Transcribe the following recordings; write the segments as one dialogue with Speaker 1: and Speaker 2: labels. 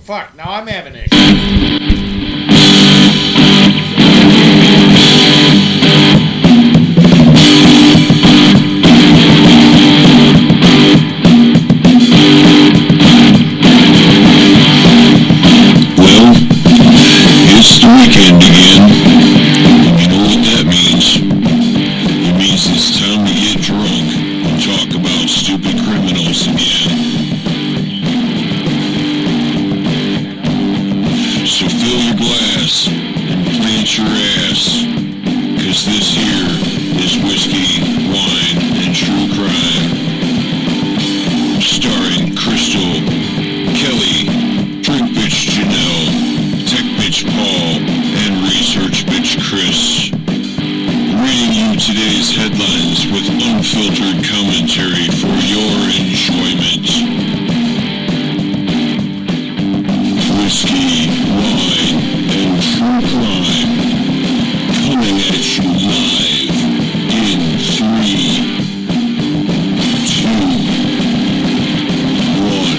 Speaker 1: Fuck, now I'm having issues.
Speaker 2: Well, it's the weekend again. And you know what that means? It means it's time to get drunk and talk about stupid criminals again. So fill your glass and plant your ass. Cause this here is whiskey, wine, and true crime. Starring Crystal Kelly, Drink Bitch Janelle, Tech Bitch Paul, and Research Bitch Chris. Reading you today's headlines with unfiltered commentary for your enjoyment. Whiskey, wine, and true crime coming at you live in three, two, one.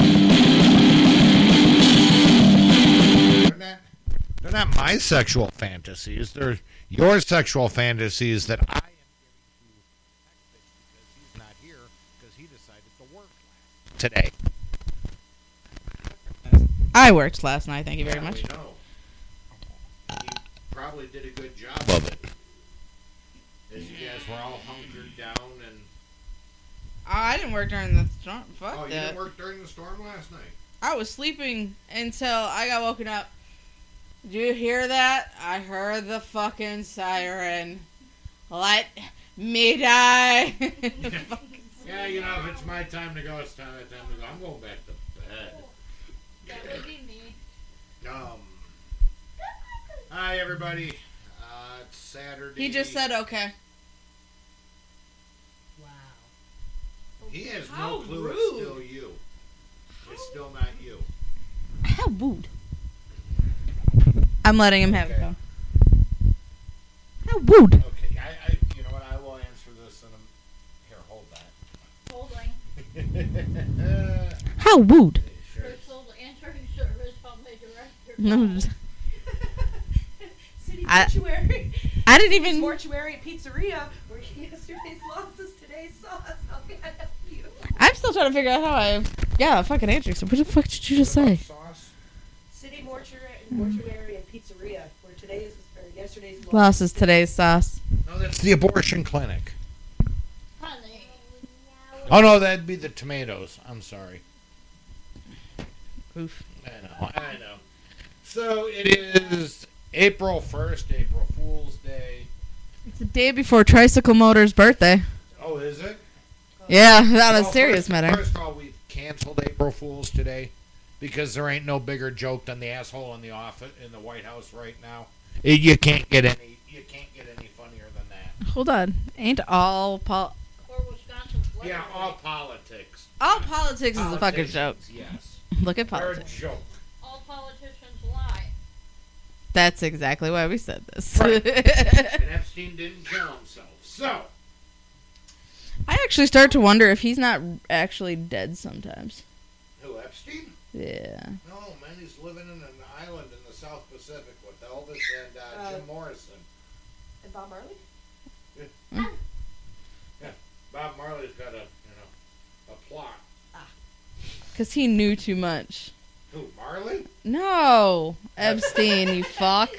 Speaker 1: They're not, they're not my sexual fantasies. They're your sexual fantasies that I am giving to Tech Bitch because he's not here because he decided to work last today.
Speaker 3: I worked last night. Thank you very much.
Speaker 1: know. He probably did a good job of it. As you guys were all hunkered down and.
Speaker 3: Oh, I didn't work during the storm. Fuck
Speaker 1: Oh, you
Speaker 3: that.
Speaker 1: didn't work during the storm last night?
Speaker 3: I was sleeping until I got woken up. Do you hear that? I heard the fucking siren. Let me die. Fuck.
Speaker 1: Yeah, you know, if it's my time to go, it's time, time to go. I'm going back to bed.
Speaker 4: That would be me.
Speaker 1: Um. Hi, everybody. Uh, it's Saturday.
Speaker 3: he just said okay.
Speaker 4: Wow.
Speaker 1: He has
Speaker 4: How
Speaker 1: no clue
Speaker 4: rude.
Speaker 1: it's still you. It's still not you.
Speaker 3: How rude. I'm letting him have it
Speaker 1: Okay.
Speaker 3: though. How rude.
Speaker 1: Okay, I, I you know what? I will answer this in a. Here, hold
Speaker 4: Holding.
Speaker 1: that.
Speaker 3: How rude.
Speaker 1: sure.
Speaker 4: Crystal entering service from the director.
Speaker 3: No,
Speaker 5: City
Speaker 3: I-
Speaker 5: mortuary.
Speaker 3: I didn't
Speaker 5: City
Speaker 3: even.
Speaker 5: mortuary pizzeria where yesterday's loss is today's sauce. How can I help you?
Speaker 3: I'm still trying to figure out how I. Yeah, fucking answered. So what the fuck did you just say?
Speaker 1: Sauce?
Speaker 5: City mortuary, mortuary and pizzeria where today's or yesterday's loss.
Speaker 3: Loss is today's sauce.
Speaker 1: No, that's the abortion clinic.
Speaker 4: Honey.
Speaker 1: Oh no, that'd be the tomatoes. I'm sorry.
Speaker 3: Oof.
Speaker 1: I know. I know. So it is April first, April Fool's Day.
Speaker 3: It's the day before Tricycle Motor's birthday.
Speaker 1: Oh, is it?
Speaker 3: Yeah, on a
Speaker 1: Well,
Speaker 3: serious
Speaker 1: first-
Speaker 3: matter.
Speaker 1: First of all, we've canceled April Fools today because there ain't no bigger joke than the asshole in the office in the White House right now. It- you can't get any. You can't get any funnier than that.
Speaker 3: Hold on. Ain't all pol-
Speaker 4: Or Wisconsin flooded.
Speaker 1: Yeah, all politics.
Speaker 3: all politics is a fucking joke.
Speaker 1: Politicians, Yes,
Speaker 3: Look at
Speaker 1: they're a
Speaker 3: politics.
Speaker 1: joke.
Speaker 4: All politicians lie.
Speaker 3: That's exactly why we said this.
Speaker 1: And Epstein didn't kill himself, so
Speaker 3: I actually start to wonder if he's not actually dead sometimes.
Speaker 1: who Epstein?
Speaker 3: Yeah.
Speaker 1: No, man, he's living in an island in the South Pacific with Elvis and uh,
Speaker 3: Oh.
Speaker 5: Uh,
Speaker 1: Jim Morrison.
Speaker 5: And Bob Marley?
Speaker 1: Bob Marley's got a you know a plot.
Speaker 3: Because he knew too much.
Speaker 1: Who Marley?
Speaker 3: No. Epstein, you fuck.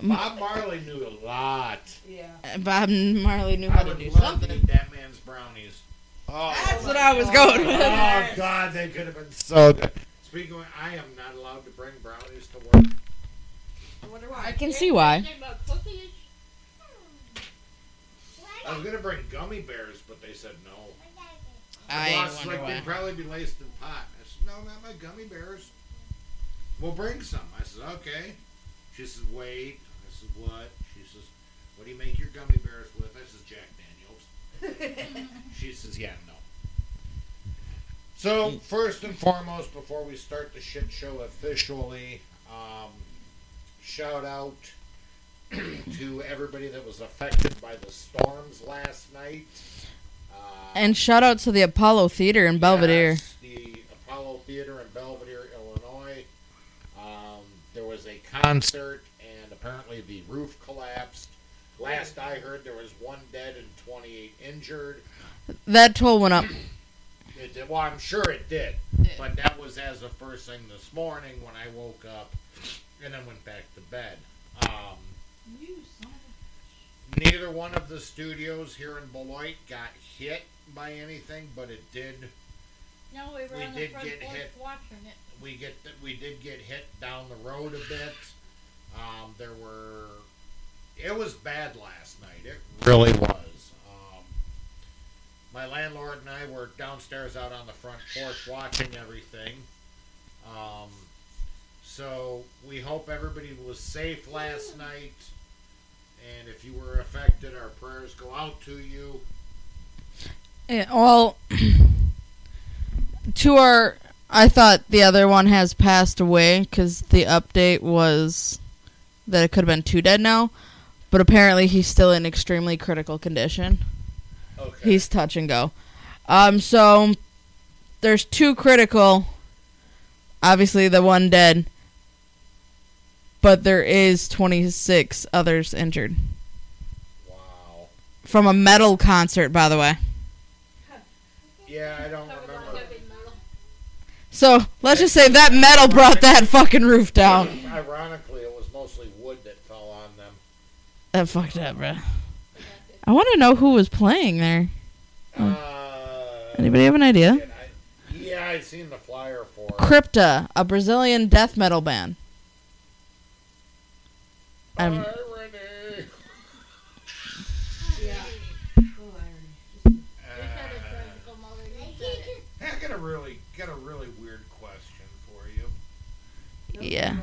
Speaker 3: Mm.
Speaker 1: Bob Marley knew a lot.
Speaker 5: Yeah.
Speaker 3: Bob Marley knew
Speaker 1: I
Speaker 3: how to
Speaker 1: would
Speaker 3: do
Speaker 1: love to
Speaker 3: something.
Speaker 1: eat that man's brownies. Oh,
Speaker 3: That's what I was going with.
Speaker 1: oh God, they could have been so good. Speaking of, I am not allowed to bring brownies to work.
Speaker 5: I wonder
Speaker 3: I
Speaker 5: why.
Speaker 3: can see why.
Speaker 4: Anything About cookies?
Speaker 1: I was gonna bring gummy bears, but they said no.
Speaker 3: I
Speaker 1: boss is
Speaker 3: wonder
Speaker 1: like,
Speaker 3: why.
Speaker 1: they'd probably be laced in pot. I said, no, not my gummy bears. We'll bring some. I said, okay. She says, wait. I said, what? She says, what do you make your gummy bears with? I says, Jack Daniels. She says, yeah, no. So, first and foremost, before we start the shit show officially, um, shout out to everybody that was affected by the storms last night. Uh,
Speaker 3: And shout out to the Apollo Theater in Belvedere.
Speaker 1: Yes, the Apollo Theater in Belvedere, Illinois. Um, there was a concert, and apparently the roof collapsed. Last I heard, there was one dead and 28 injured.
Speaker 3: That toll went up.
Speaker 1: It did, well, I'm sure it did,
Speaker 3: Yeah.
Speaker 1: but that was as the first thing this morning when I woke up, and then went back to bed. Um, neither one of the studios here in Beloit got hit by anything, but it did
Speaker 4: No, we were
Speaker 1: We
Speaker 4: on the
Speaker 1: did
Speaker 4: front
Speaker 1: get
Speaker 4: porch
Speaker 1: hit.
Speaker 4: watching it.
Speaker 1: we get we did get hit down the road a bit. Um, there were it was bad last night. It really was. Um, my landlord and I were downstairs out on the front porch watching everything. Um, so we hope everybody was safe last night. And if you were affected, our prayers go out to you.
Speaker 3: Yeah, Eh, well, to our, I thought the other one has passed away because the update was that it could have been two dead now, but apparently he's still in extremely critical condition.
Speaker 1: Okay.
Speaker 3: He's touch and go. Um, so there's two critical. Obviously, the one dead, but there is 26 others injured
Speaker 1: wow.
Speaker 3: from a metal concert, by the way.
Speaker 1: Yeah, I don't
Speaker 4: Covered
Speaker 1: remember.
Speaker 4: by heavy metal.
Speaker 3: So let's just say that metal brought that fucking roof down.
Speaker 1: Ironically, it was mostly wood that fell on them.
Speaker 3: That fucked up, bro. I want to know who was playing there.
Speaker 1: Uh,
Speaker 3: Anybody have an Hmm. idea?
Speaker 1: shit, I- yeah, I seen the flyer for it.
Speaker 3: Crypta, a Brazilian death metal band. Um,
Speaker 1: Hi, Renee.
Speaker 5: Yeah.
Speaker 4: We said
Speaker 1: Uh,
Speaker 4: it's a little mother. You said it.
Speaker 1: I got a really got a really weird question for you.
Speaker 3: Yeah.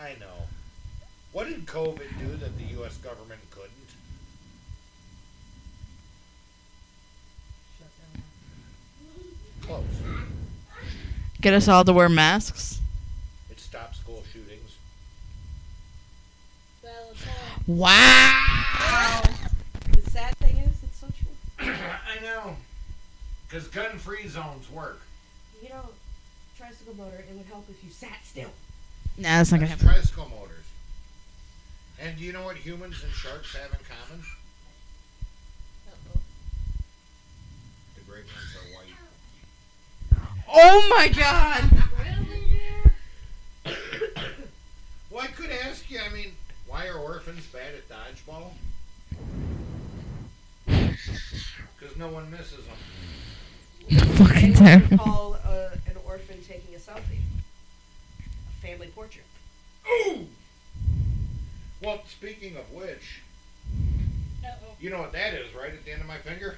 Speaker 1: I know. What did COVID do that the U.S. government couldn't? Close.
Speaker 3: get us all to wear masks.
Speaker 1: It stopped school shootings.
Speaker 4: That was all.
Speaker 3: Wow.
Speaker 5: The sad thing is, it's so true.
Speaker 1: I know. Because gun-free zones work.
Speaker 5: You know, tricycle motor, it would help if you sat still.
Speaker 3: Nah, that's not gonna
Speaker 1: That's
Speaker 3: happen.
Speaker 1: tricycle motors. And do you know what humans and sharks have in common?
Speaker 4: Uh-oh.
Speaker 1: The great ones are white.
Speaker 3: Oh my god.
Speaker 4: Really, dear?
Speaker 1: Well, I could ask you. I mean, why are orphans bad at dodgeball? Because no one misses them.
Speaker 3: Fucking
Speaker 5: And what you
Speaker 3: terrible.
Speaker 5: call uh, an orphan taking a selfie? A family portrait.
Speaker 1: Ooh. Well, speaking of which,
Speaker 4: Uh-oh.
Speaker 1: you know what that is, right? At the end of my finger?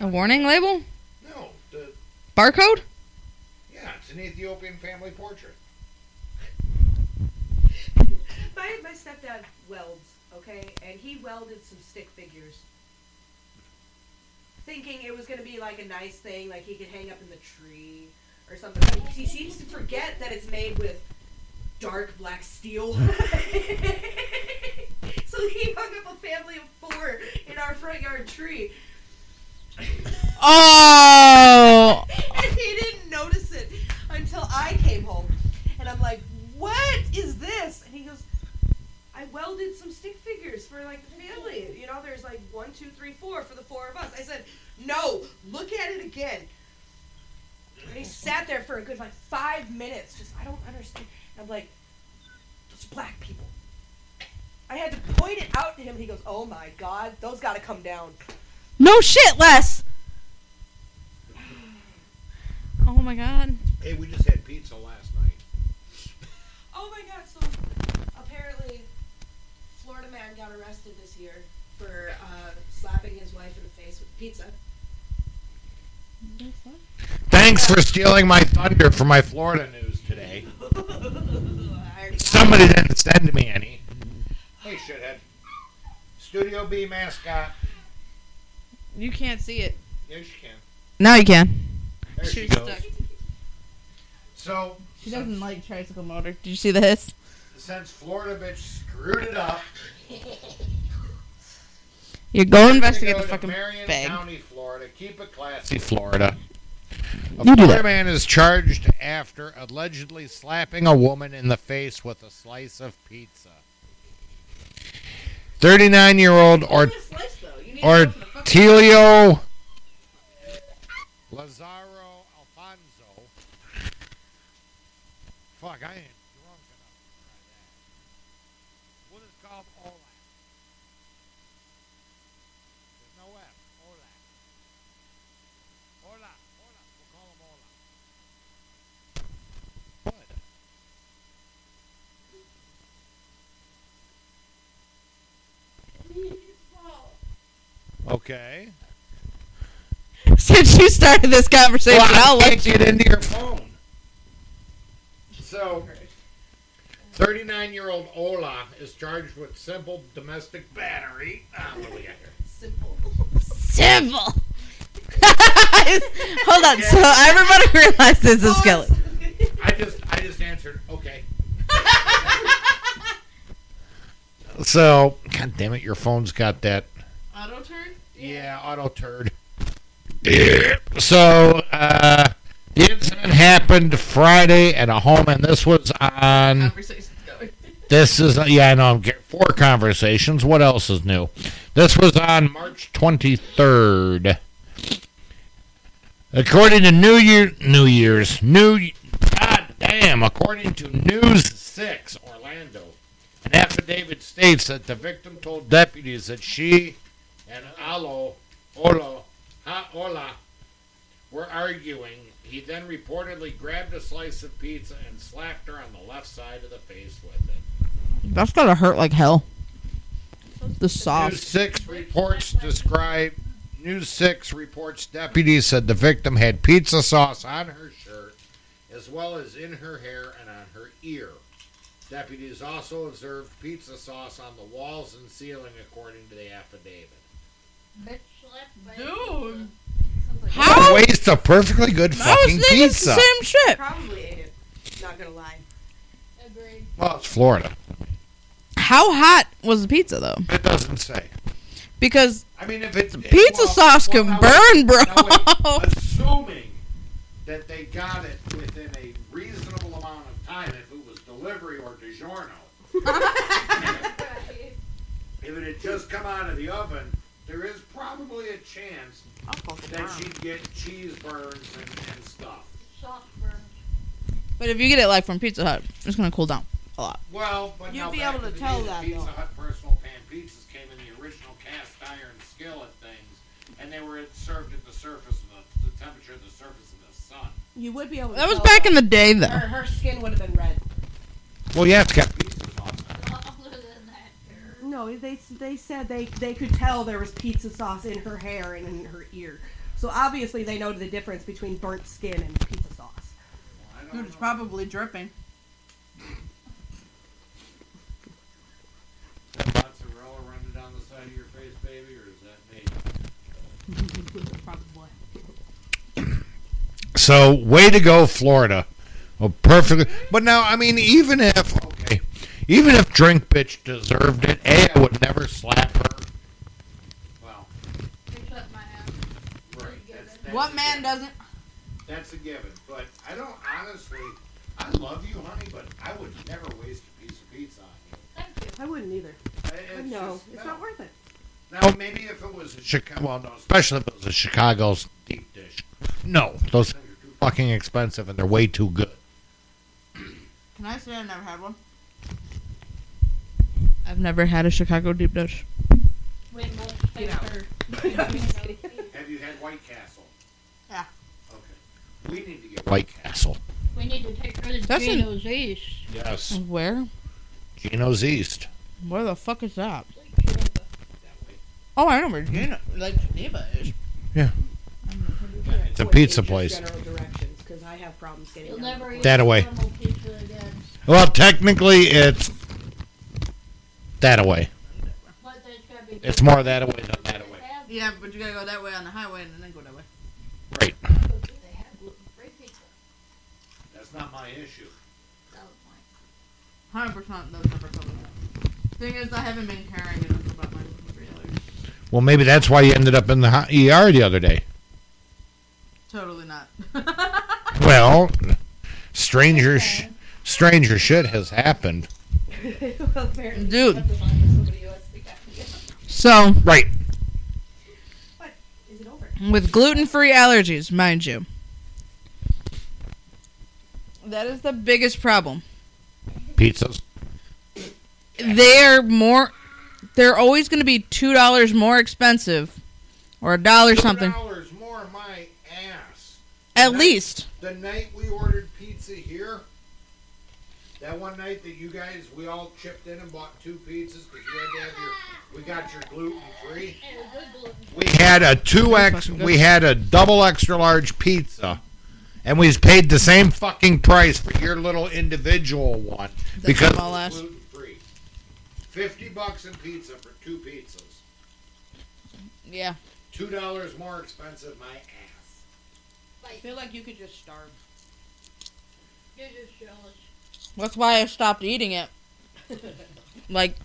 Speaker 3: A warning label?
Speaker 1: No. The
Speaker 3: Barcode?
Speaker 1: yeah, it's an Ethiopian family portrait.
Speaker 5: My, my stepdad welds, okay? And he welded some stick figures. Thinking it was going to be like a nice thing, like he could hang up in the tree or something. But he seems to forget that it's made with dark black steel. so he hung up a family of four in our front yard tree.
Speaker 3: Oh.
Speaker 5: and he didn't notice it until I came home. And I'm like, what is this? And he goes, I welded some stick figures for like the family. You know, there's like one, two, three, four for the four of us. I said, no, look at it again. And he sat there for a good like five minutes, just I don't understand. And I'm like, those are black people. I had to point it out to him, and he goes, "Oh my God, those got to come down."
Speaker 3: No shit, Les. Oh my god.
Speaker 1: Hey, we just had pizza last night.
Speaker 5: Oh my god, so apparently Florida man got arrested this year for uh, slapping his wife in the face with pizza.
Speaker 1: Thanks for stealing my thunder for my Florida news today.
Speaker 5: I already got
Speaker 1: Somebody didn't send me any. Hey, shithead. Studio B mascot.
Speaker 3: You can't see it.
Speaker 1: Yes, you can.
Speaker 3: Now you can.
Speaker 1: There
Speaker 3: She
Speaker 1: she
Speaker 3: was
Speaker 1: goes.
Speaker 3: stuck.
Speaker 1: So,
Speaker 3: She doesn't like tricycle motor. Did you see the hiss?
Speaker 1: since Florida bitch screwed it up,
Speaker 3: You're going
Speaker 1: we're gonna
Speaker 3: investigate
Speaker 1: go
Speaker 3: the
Speaker 1: to
Speaker 3: fucking
Speaker 1: Marion
Speaker 3: bag.
Speaker 1: County, Florida. Keep it classy, Florida. A
Speaker 6: You do that.
Speaker 1: Florida man is charged after allegedly slapping a woman in the face with a slice of pizza. 39 year old or
Speaker 5: Give me a slice, though. You need to
Speaker 1: or
Speaker 5: go for the fucking-
Speaker 1: Telio Lazaro Alfonso. Fuck, I ain't drunk enough to try that. What is called Olac? There's no F. Olac. Olac. Olac. We'll call him Olac. What? Okay.
Speaker 3: Since you started this conversation, I'll let you.
Speaker 1: get into your phone. So, 39 year old Ola is charged with simple domestic battery. Ah, what do we got here?
Speaker 5: Simple.
Speaker 3: Civil. Hold on. So everybody realizes this is Kelly.
Speaker 1: I just, I just answered, okay. so, god damn it, your phone's got that.
Speaker 5: Auto turn?
Speaker 1: Yeah, auto turd. so, uh, the incident happened Friday at a home, and this was on.
Speaker 5: Conversation's going.
Speaker 1: This is yeah, I know. I'm get- four conversations. What else is new? This was on March 23rd. According to New Year, New Year's, New God damn. According to News Six Orlando, an affidavit states that the victim told deputies that she and Alo Olo Ha Ola were arguing. He then reportedly grabbed a slice of pizza and slapped her on the left side of the face with it.
Speaker 3: That's gonna hurt like hell. The soft.
Speaker 1: News Six reports describe. News Six reports deputies said the victim had pizza sauce on her shirt, as well as in her hair and on her ear. Deputies also observed pizza sauce on the walls and ceiling, according to the affidavit.
Speaker 4: Bitch slapped by
Speaker 5: Dude.
Speaker 3: How?
Speaker 1: waste of perfectly good
Speaker 3: Most niggas the same shit.
Speaker 5: Probably ate it. Not gonna lie.
Speaker 4: Agreed.
Speaker 1: Well, it's Florida.
Speaker 3: How hot was the pizza though?
Speaker 1: It doesn't say.
Speaker 3: Because
Speaker 1: I mean, if it's
Speaker 3: pizza
Speaker 1: well-
Speaker 3: sauce
Speaker 1: well,
Speaker 3: can
Speaker 1: now
Speaker 3: burn, bro.
Speaker 1: Now wait, assuming that they got it within a reasonable amount of time, if it was delivery or DiGiorno, if it had just come out of the oven, there is probably a chance that she'd get cheese burns and, and stuff.
Speaker 4: Soft burn.
Speaker 3: But if you get it like from Pizza Hut, it's gonna cool down a lot.
Speaker 1: Well, but
Speaker 5: You'd
Speaker 1: now
Speaker 5: be
Speaker 1: back
Speaker 5: able to
Speaker 1: the
Speaker 5: tell
Speaker 1: day
Speaker 5: that,
Speaker 1: the Pizza
Speaker 5: though.
Speaker 1: Hut personal pan pizzas came in the original cast iron skillet things, and they were served at the surface of the, the temperature of the surface of the sun.
Speaker 5: You would be able to
Speaker 3: That was back in the day though.
Speaker 5: her, her skin would have been red.
Speaker 1: Well, yeah, it's got pizza sauce.
Speaker 4: Other than that,
Speaker 5: No, they they said they they could tell there was pizza sauce in her hair and in her ear. So obviously they know the difference between burnt skin and pizza sauce.
Speaker 7: Dude, it's probably dripping.
Speaker 1: Is that mozzarella running down the side of your face, baby, or is that me?
Speaker 5: Probably.
Speaker 1: So, way to go, Florida. Well, perfectly. But now, I mean, even if okay, even if drink bitch deserved it, a I would never slap her. Well,
Speaker 4: bitch slapped my ass.
Speaker 1: right. That's, that's a given.
Speaker 7: doesn't?
Speaker 1: That's a given. But I don't honestly. I love you, honey, but I would never waste a piece of pizza on you.
Speaker 4: Thank you.
Speaker 5: I wouldn't either.
Speaker 1: It- It's
Speaker 5: no,
Speaker 1: just-
Speaker 5: it's
Speaker 1: no.
Speaker 5: not worth it.
Speaker 1: Now, maybe if it was a Chicago, well, no, especially if it was a Chicago's deep dish. No, those things are too fucking expensive and they're way too good.
Speaker 7: Can I say I've never had one?
Speaker 3: I've never had a Chicago deep dish.
Speaker 4: Wait, no,
Speaker 5: Get out.
Speaker 1: Have you had White Castle?
Speaker 7: Yeah.
Speaker 1: Okay. We need to get White Castle.
Speaker 4: We need to take her to
Speaker 3: That's an-
Speaker 4: Gino's East.
Speaker 1: Yes.
Speaker 3: Where?
Speaker 1: Gino's East.
Speaker 3: Where the fuck is that? Oh, I know where Gina, like Geneva is.
Speaker 1: It's a pizza place.
Speaker 5: General directions, because I have problems getting.
Speaker 4: You'll
Speaker 5: out of
Speaker 4: never eat
Speaker 1: That away.
Speaker 4: normal pizza again.
Speaker 1: Well, technically, it's that away.
Speaker 4: But that's gotta be
Speaker 1: It's more that away than that away.
Speaker 4: Have-
Speaker 7: Yeah, but you gotta go that way on the highway and then go that way.
Speaker 1: Right.
Speaker 4: They have gluten-free pizza.
Speaker 1: That's not my issue.
Speaker 4: That was mine.
Speaker 7: Hundred percent, that's never coming. Thing is, I haven't been caring enough about my really.
Speaker 1: E Well, maybe that's why you ended up in the ho- ER the other day.
Speaker 7: Totally not.
Speaker 1: stranger, sh- stranger shit has happened.
Speaker 5: well, apparently you
Speaker 3: Dude.
Speaker 5: have to find somebody else to get you.
Speaker 3: So,
Speaker 1: Right.
Speaker 5: Is it over?
Speaker 3: with gluten free allergies, mind you, that is the biggest problem.
Speaker 1: Pizzas.
Speaker 3: They're more, they're always going to be $2 more expensive or a dollar something,
Speaker 1: Dollars more my ass.
Speaker 3: at least.
Speaker 1: The night we ordered pizza here, that one night that you guys we all chipped in and bought two pizzas because you had to have your we got your gluten free. We had a two x
Speaker 3: fucking good.
Speaker 1: we had a double extra large pizza. And we paid the same fucking price for your little individual one because
Speaker 3: small ass.
Speaker 1: gluten free. Fifty bucks in pizza for two pizzas.
Speaker 3: Yeah.
Speaker 1: Two dollars more expensive, my ass.
Speaker 7: I feel like you could just starve.
Speaker 4: You're just jealous.
Speaker 3: That's why I stopped eating it. like,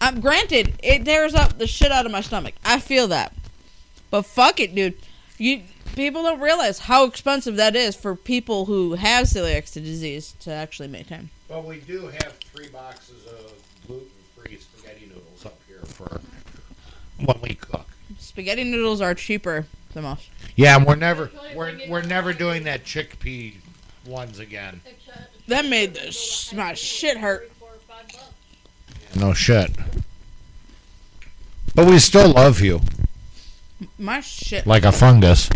Speaker 3: I'm granted it tears up the shit out of my stomach. I feel that, but fuck it, dude. You people don't realize how expensive that is for people who have celiac disease to actually maintain.
Speaker 1: But we do have three boxes of gluten-free spaghetti noodles up here for when we cook.
Speaker 3: Spaghetti noodles are cheaper than most.
Speaker 1: Yeah, and we're never we're we're never doing that chickpea ones again.
Speaker 4: Except it's
Speaker 3: That made the sh- my shit hurt.
Speaker 4: three, four, five bucks.
Speaker 1: No shit. But we still love you
Speaker 3: My shit.
Speaker 1: like a fungus.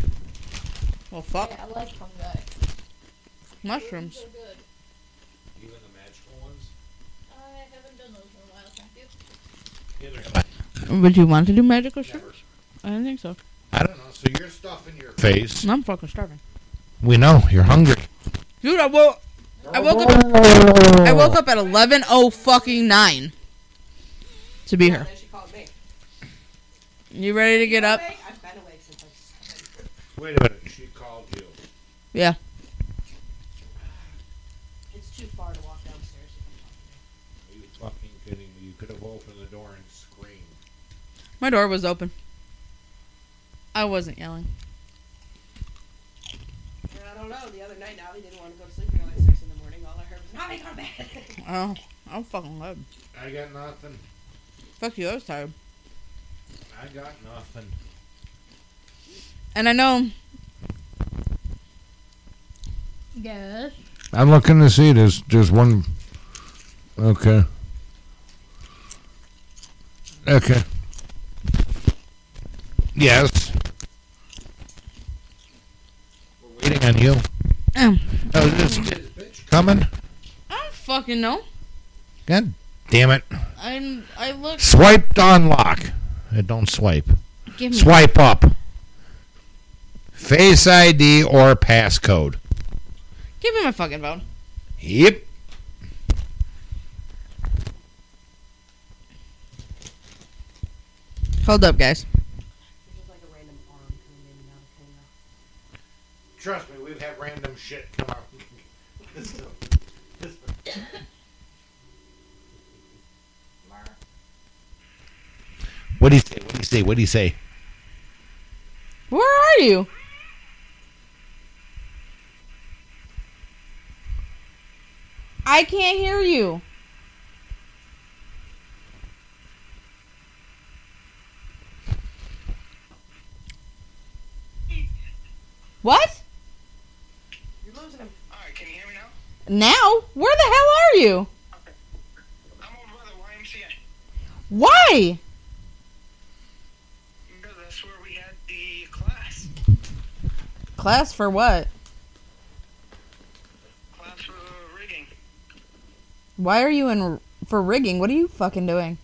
Speaker 3: Well, fuck
Speaker 4: Yeah, I like fungi.
Speaker 3: mushrooms.
Speaker 4: So good.
Speaker 1: Even the magical ones.
Speaker 4: I haven't done those in a while, thank you.
Speaker 3: Would you want to do magical shrooms? I don't think so.
Speaker 1: I don't know. So you're stuffing your face.
Speaker 3: I'm fucking starving,
Speaker 1: We know you're hungry.
Speaker 3: dude. I woke. I woke up. I woke up at eleven oh fucking nine. To be
Speaker 5: And
Speaker 3: here.
Speaker 5: then she called me.
Speaker 3: You ready to get up?
Speaker 5: Awake? I've been awake since like seven.
Speaker 1: Wait a minute. She called you.
Speaker 3: Yeah.
Speaker 5: It's too far to walk downstairs.
Speaker 1: Are you fucking kidding me? You could have opened the door and screamed.
Speaker 3: My door was open. I wasn't yelling.
Speaker 5: And I don't know. The other night, Allie didn't want to go to sleep until like six in the morning. All I heard was, "Mommy, go to bed."
Speaker 3: Oh, I'm fucking loud.
Speaker 1: I got nothing.
Speaker 3: Fuck you, I was tired.
Speaker 1: I got nothing.
Speaker 3: And I know
Speaker 4: Yes.
Speaker 1: I'm looking to see. There's there's one. Okay. Okay. Yes. We're waiting on you.
Speaker 3: Um.
Speaker 1: Oh, is this bitch coming?
Speaker 3: I don't fucking know.
Speaker 1: God damn it!
Speaker 3: I'm I look
Speaker 1: Swipe to unlock. Uh, Don't swipe.
Speaker 3: give me
Speaker 1: Swipe up. Face ID or passcode.
Speaker 3: give me my fucking phone.
Speaker 1: Yep.
Speaker 3: Hold up guys.
Speaker 5: There's just like a random arm coming in and out of camera.
Speaker 1: Trust me, we've had random shit come out. what do you say? What do you say? What do you say?
Speaker 3: Where are you? I can't hear you. What?
Speaker 5: You're losing him.
Speaker 6: Alright, can you hear me now?
Speaker 3: Now? Where the hell are you?
Speaker 6: I'm over by the YMCA.
Speaker 3: Why?
Speaker 6: Because that's where we had the class.
Speaker 3: Class for what?
Speaker 6: Class for rigging.
Speaker 3: Why are you in for rigging? What are you fucking doing?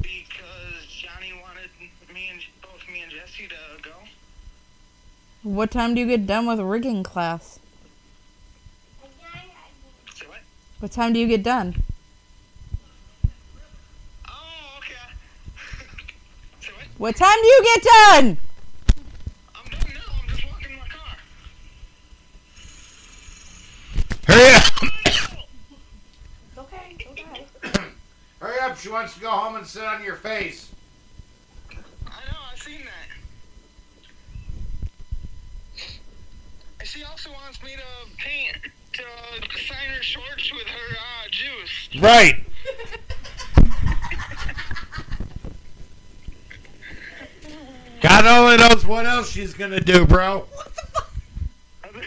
Speaker 6: Because Johnny wanted me and both me and Jesse to go.
Speaker 3: What time do you get done with rigging class?
Speaker 6: Say what?
Speaker 3: What time do you get done?
Speaker 6: Oh, okay. Say what?
Speaker 3: What time do you get done?
Speaker 6: I'm done now. I'm just walking my car.
Speaker 1: Hurry up!
Speaker 5: It's okay. Don't die.
Speaker 1: Hurry up! She wants to go home and sit on your face.
Speaker 6: I know, I've seen that. I she also wants me to paint, to sign her shorts with her uh, juice.
Speaker 1: Right. God only knows what else she's gonna do, bro.
Speaker 6: uh,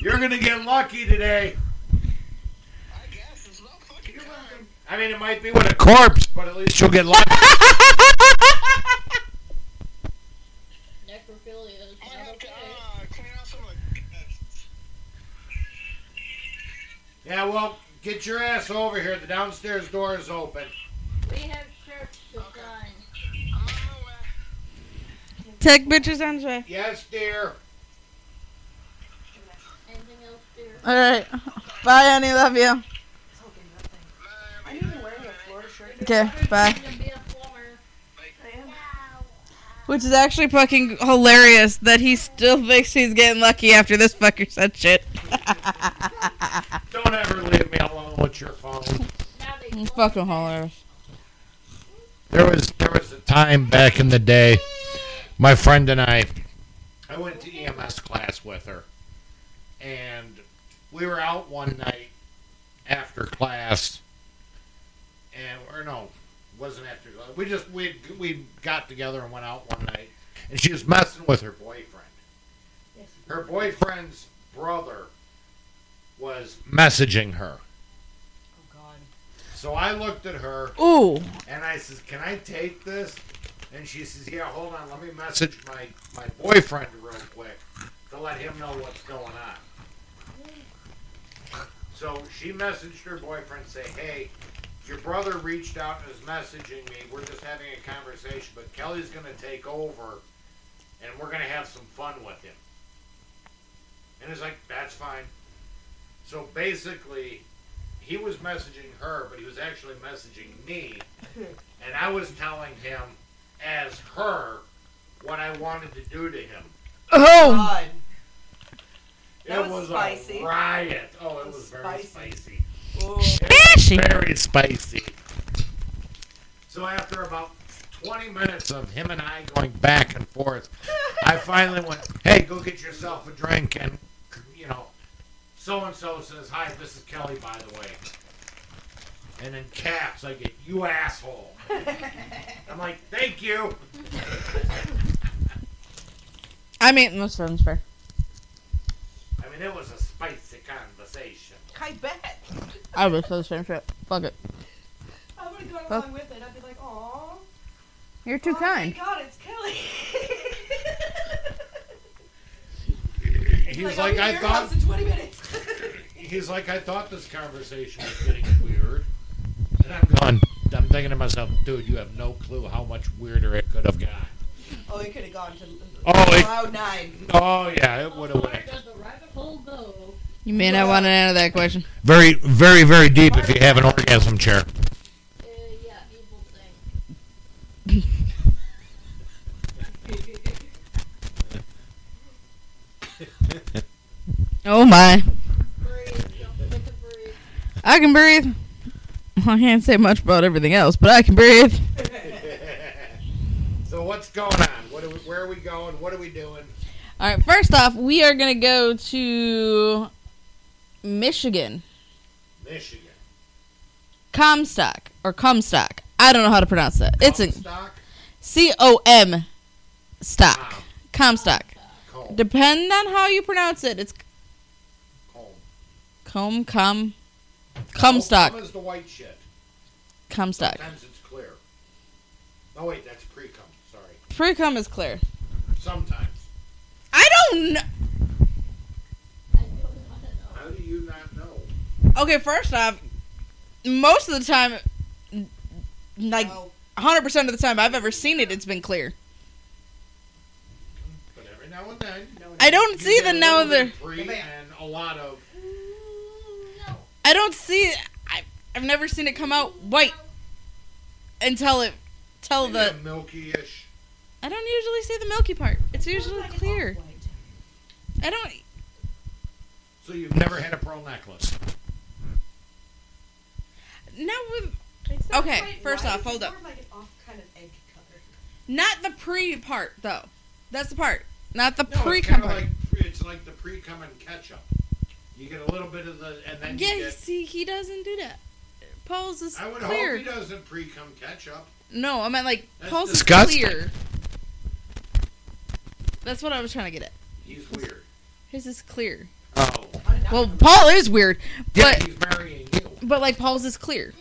Speaker 1: You're gonna get lucky today.
Speaker 6: I guess it's about fucking time.
Speaker 1: I mean, it might be with a corpse, but at least you'll get lucky.
Speaker 4: Necrophilia is
Speaker 6: I
Speaker 4: not
Speaker 6: have to
Speaker 4: okay.
Speaker 6: uh, clean out some of the.
Speaker 1: Yeah, well, get your ass over here. The downstairs door is open.
Speaker 4: We have shirts to sign.
Speaker 6: I'm on my way.
Speaker 3: Tech bitches on his way.
Speaker 1: Yes, dear.
Speaker 4: Anything else, dear?
Speaker 3: All right. Bye, honey. Love you.
Speaker 5: I'm even wearing a
Speaker 3: Um,
Speaker 5: Florida shirt.
Speaker 3: Okay. Bye.
Speaker 4: I'm gonna be a plumber.
Speaker 5: I am.
Speaker 3: Which is actually fucking hilarious that he still thinks he's getting lucky after this fucker said shit.
Speaker 1: Don't ever leave me alone with your phone.
Speaker 4: Now they
Speaker 3: fucking hilarious.
Speaker 1: There was there was a time back in the day, my friend and I, I went to EMS class with her, and we were out one night after class, and or no, wasn't after class. We just we we got together and went out one night, and she was messing with her boyfriend. Her boyfriend's brother was messaging her. So I looked at her
Speaker 3: Ooh.
Speaker 1: and I says, "Can I take this?" And she says, "Yeah, hold on, let me message my my boyfriend real quick to let him know what's going on." So she messaged her boyfriend, say, "Hey, your brother reached out and is messaging me. We're just having a conversation, but Kelly's gonna take over, and we're gonna have some fun with him." And it's like, "That's fine." So basically, he was messaging her, but he was actually messaging me and I was telling him as her what I wanted to do to him.
Speaker 3: Oh.
Speaker 5: God. That
Speaker 1: it
Speaker 5: was
Speaker 1: was
Speaker 5: spicy.
Speaker 1: a riot. Oh, it was, very
Speaker 5: Spicy.
Speaker 1: spicy.
Speaker 5: Oh.
Speaker 3: Fishy.
Speaker 1: Very spicy. So after about 20 minutes of him and I going back and forth, I finally went, "Hey, go get yourself a drink." And you know, so and so says, "Hi, this is Kelly, by the way." And in caps, I get, "You asshole." I'm like, "Thank you."
Speaker 3: I mean, most of them's fair.
Speaker 1: I mean, it was a spicy conversation.
Speaker 5: I bet.
Speaker 3: I was so same shit. Fuck it.
Speaker 5: I would have gone
Speaker 3: Well-
Speaker 5: along with it. I'd be like, "Aw,
Speaker 3: You're too
Speaker 5: oh
Speaker 3: kind.
Speaker 5: My God, it's Kelly.
Speaker 1: He's like, "Oh,
Speaker 5: I'll be
Speaker 1: I
Speaker 5: at your
Speaker 1: thought.
Speaker 5: house in 20 minutes.
Speaker 1: He's like, I thought this conversation was getting weird. And I'm going. I'm thinking to myself, dude, you have no clue how much weirder it could have got.
Speaker 5: oh, it could have gone to
Speaker 1: Oh, it-
Speaker 5: cloud nine.
Speaker 1: Oh yeah, it would have
Speaker 4: Where
Speaker 1: went
Speaker 4: does the rabbit hole go?
Speaker 3: You may not want to answer that question.
Speaker 1: very, very, very deep. If you have an orgasm chair,
Speaker 4: Uh, yeah, evil thing.
Speaker 3: Oh my.
Speaker 4: Breathe. Don't forget to breathe.
Speaker 3: I can breathe. Well, I can't say much about everything else, but I can breathe.
Speaker 1: so what's going on? What are we, where are we going? What are we doing?
Speaker 3: All right, first off, we are going to go to Michigan.
Speaker 1: Michigan.
Speaker 3: Comstock or Comstock. I don't know how to pronounce that. It's a
Speaker 1: Comstock?
Speaker 3: C O M stock.
Speaker 1: Wow.
Speaker 3: Comstock.
Speaker 1: Comb.
Speaker 3: Depend on how you pronounce it. It's
Speaker 1: Comb.
Speaker 3: com com Comstock.
Speaker 1: Comb is the white shit.
Speaker 3: Comstock.
Speaker 1: Sometimes it's clear. Oh wait, that's pre-cum. Sorry.
Speaker 3: Free cum is clear.
Speaker 1: Sometimes.
Speaker 3: I don't know.
Speaker 4: I do not know.
Speaker 1: How do you not know?
Speaker 3: Okay, first off, most of the time, n- like
Speaker 5: Oh,
Speaker 3: hundred percent of the time I've ever seen it, it's been clear.
Speaker 1: But every now and then. you know,
Speaker 3: I don't
Speaker 1: you
Speaker 3: see
Speaker 1: get
Speaker 3: the
Speaker 1: a
Speaker 3: now
Speaker 1: little
Speaker 3: there.
Speaker 1: bit of Pre and a lot of.
Speaker 4: No.
Speaker 3: I don't see. I, I've never seen it come out white until it, till
Speaker 1: maybe
Speaker 3: the.
Speaker 1: a milky-ish.
Speaker 3: I don't usually see the milky part. It's usually
Speaker 5: like an
Speaker 3: clear.
Speaker 5: off-white.
Speaker 3: I don't.
Speaker 1: So you've never had a pearl necklace.
Speaker 3: Not with
Speaker 5: It's not
Speaker 3: Okay,
Speaker 5: quite
Speaker 3: first
Speaker 5: white,
Speaker 3: off,
Speaker 5: it's
Speaker 3: hold
Speaker 5: more
Speaker 3: up.
Speaker 5: like an off kind of egg color.
Speaker 3: not the pre part though. That's the part. Not the
Speaker 1: No,
Speaker 3: pre
Speaker 1: it's kind
Speaker 3: part.
Speaker 1: of like it's like the pre-cum and ketchup. You get a little bit of the, and then
Speaker 3: Yeah,
Speaker 1: you get.
Speaker 3: see, he doesn't do that. Paul's is
Speaker 1: I would
Speaker 3: clear.
Speaker 1: hope he doesn't pre-cum ketchup.
Speaker 3: No, I meant like
Speaker 1: That's
Speaker 3: Paul's is
Speaker 8: disgusting.
Speaker 3: clear. That's what I was trying to get at.
Speaker 1: He's weird.
Speaker 3: His is clear.
Speaker 1: Oh,
Speaker 3: Well, Paul is weird,
Speaker 1: yeah,
Speaker 3: but
Speaker 1: he's marrying you.
Speaker 3: but like Paul's is clear.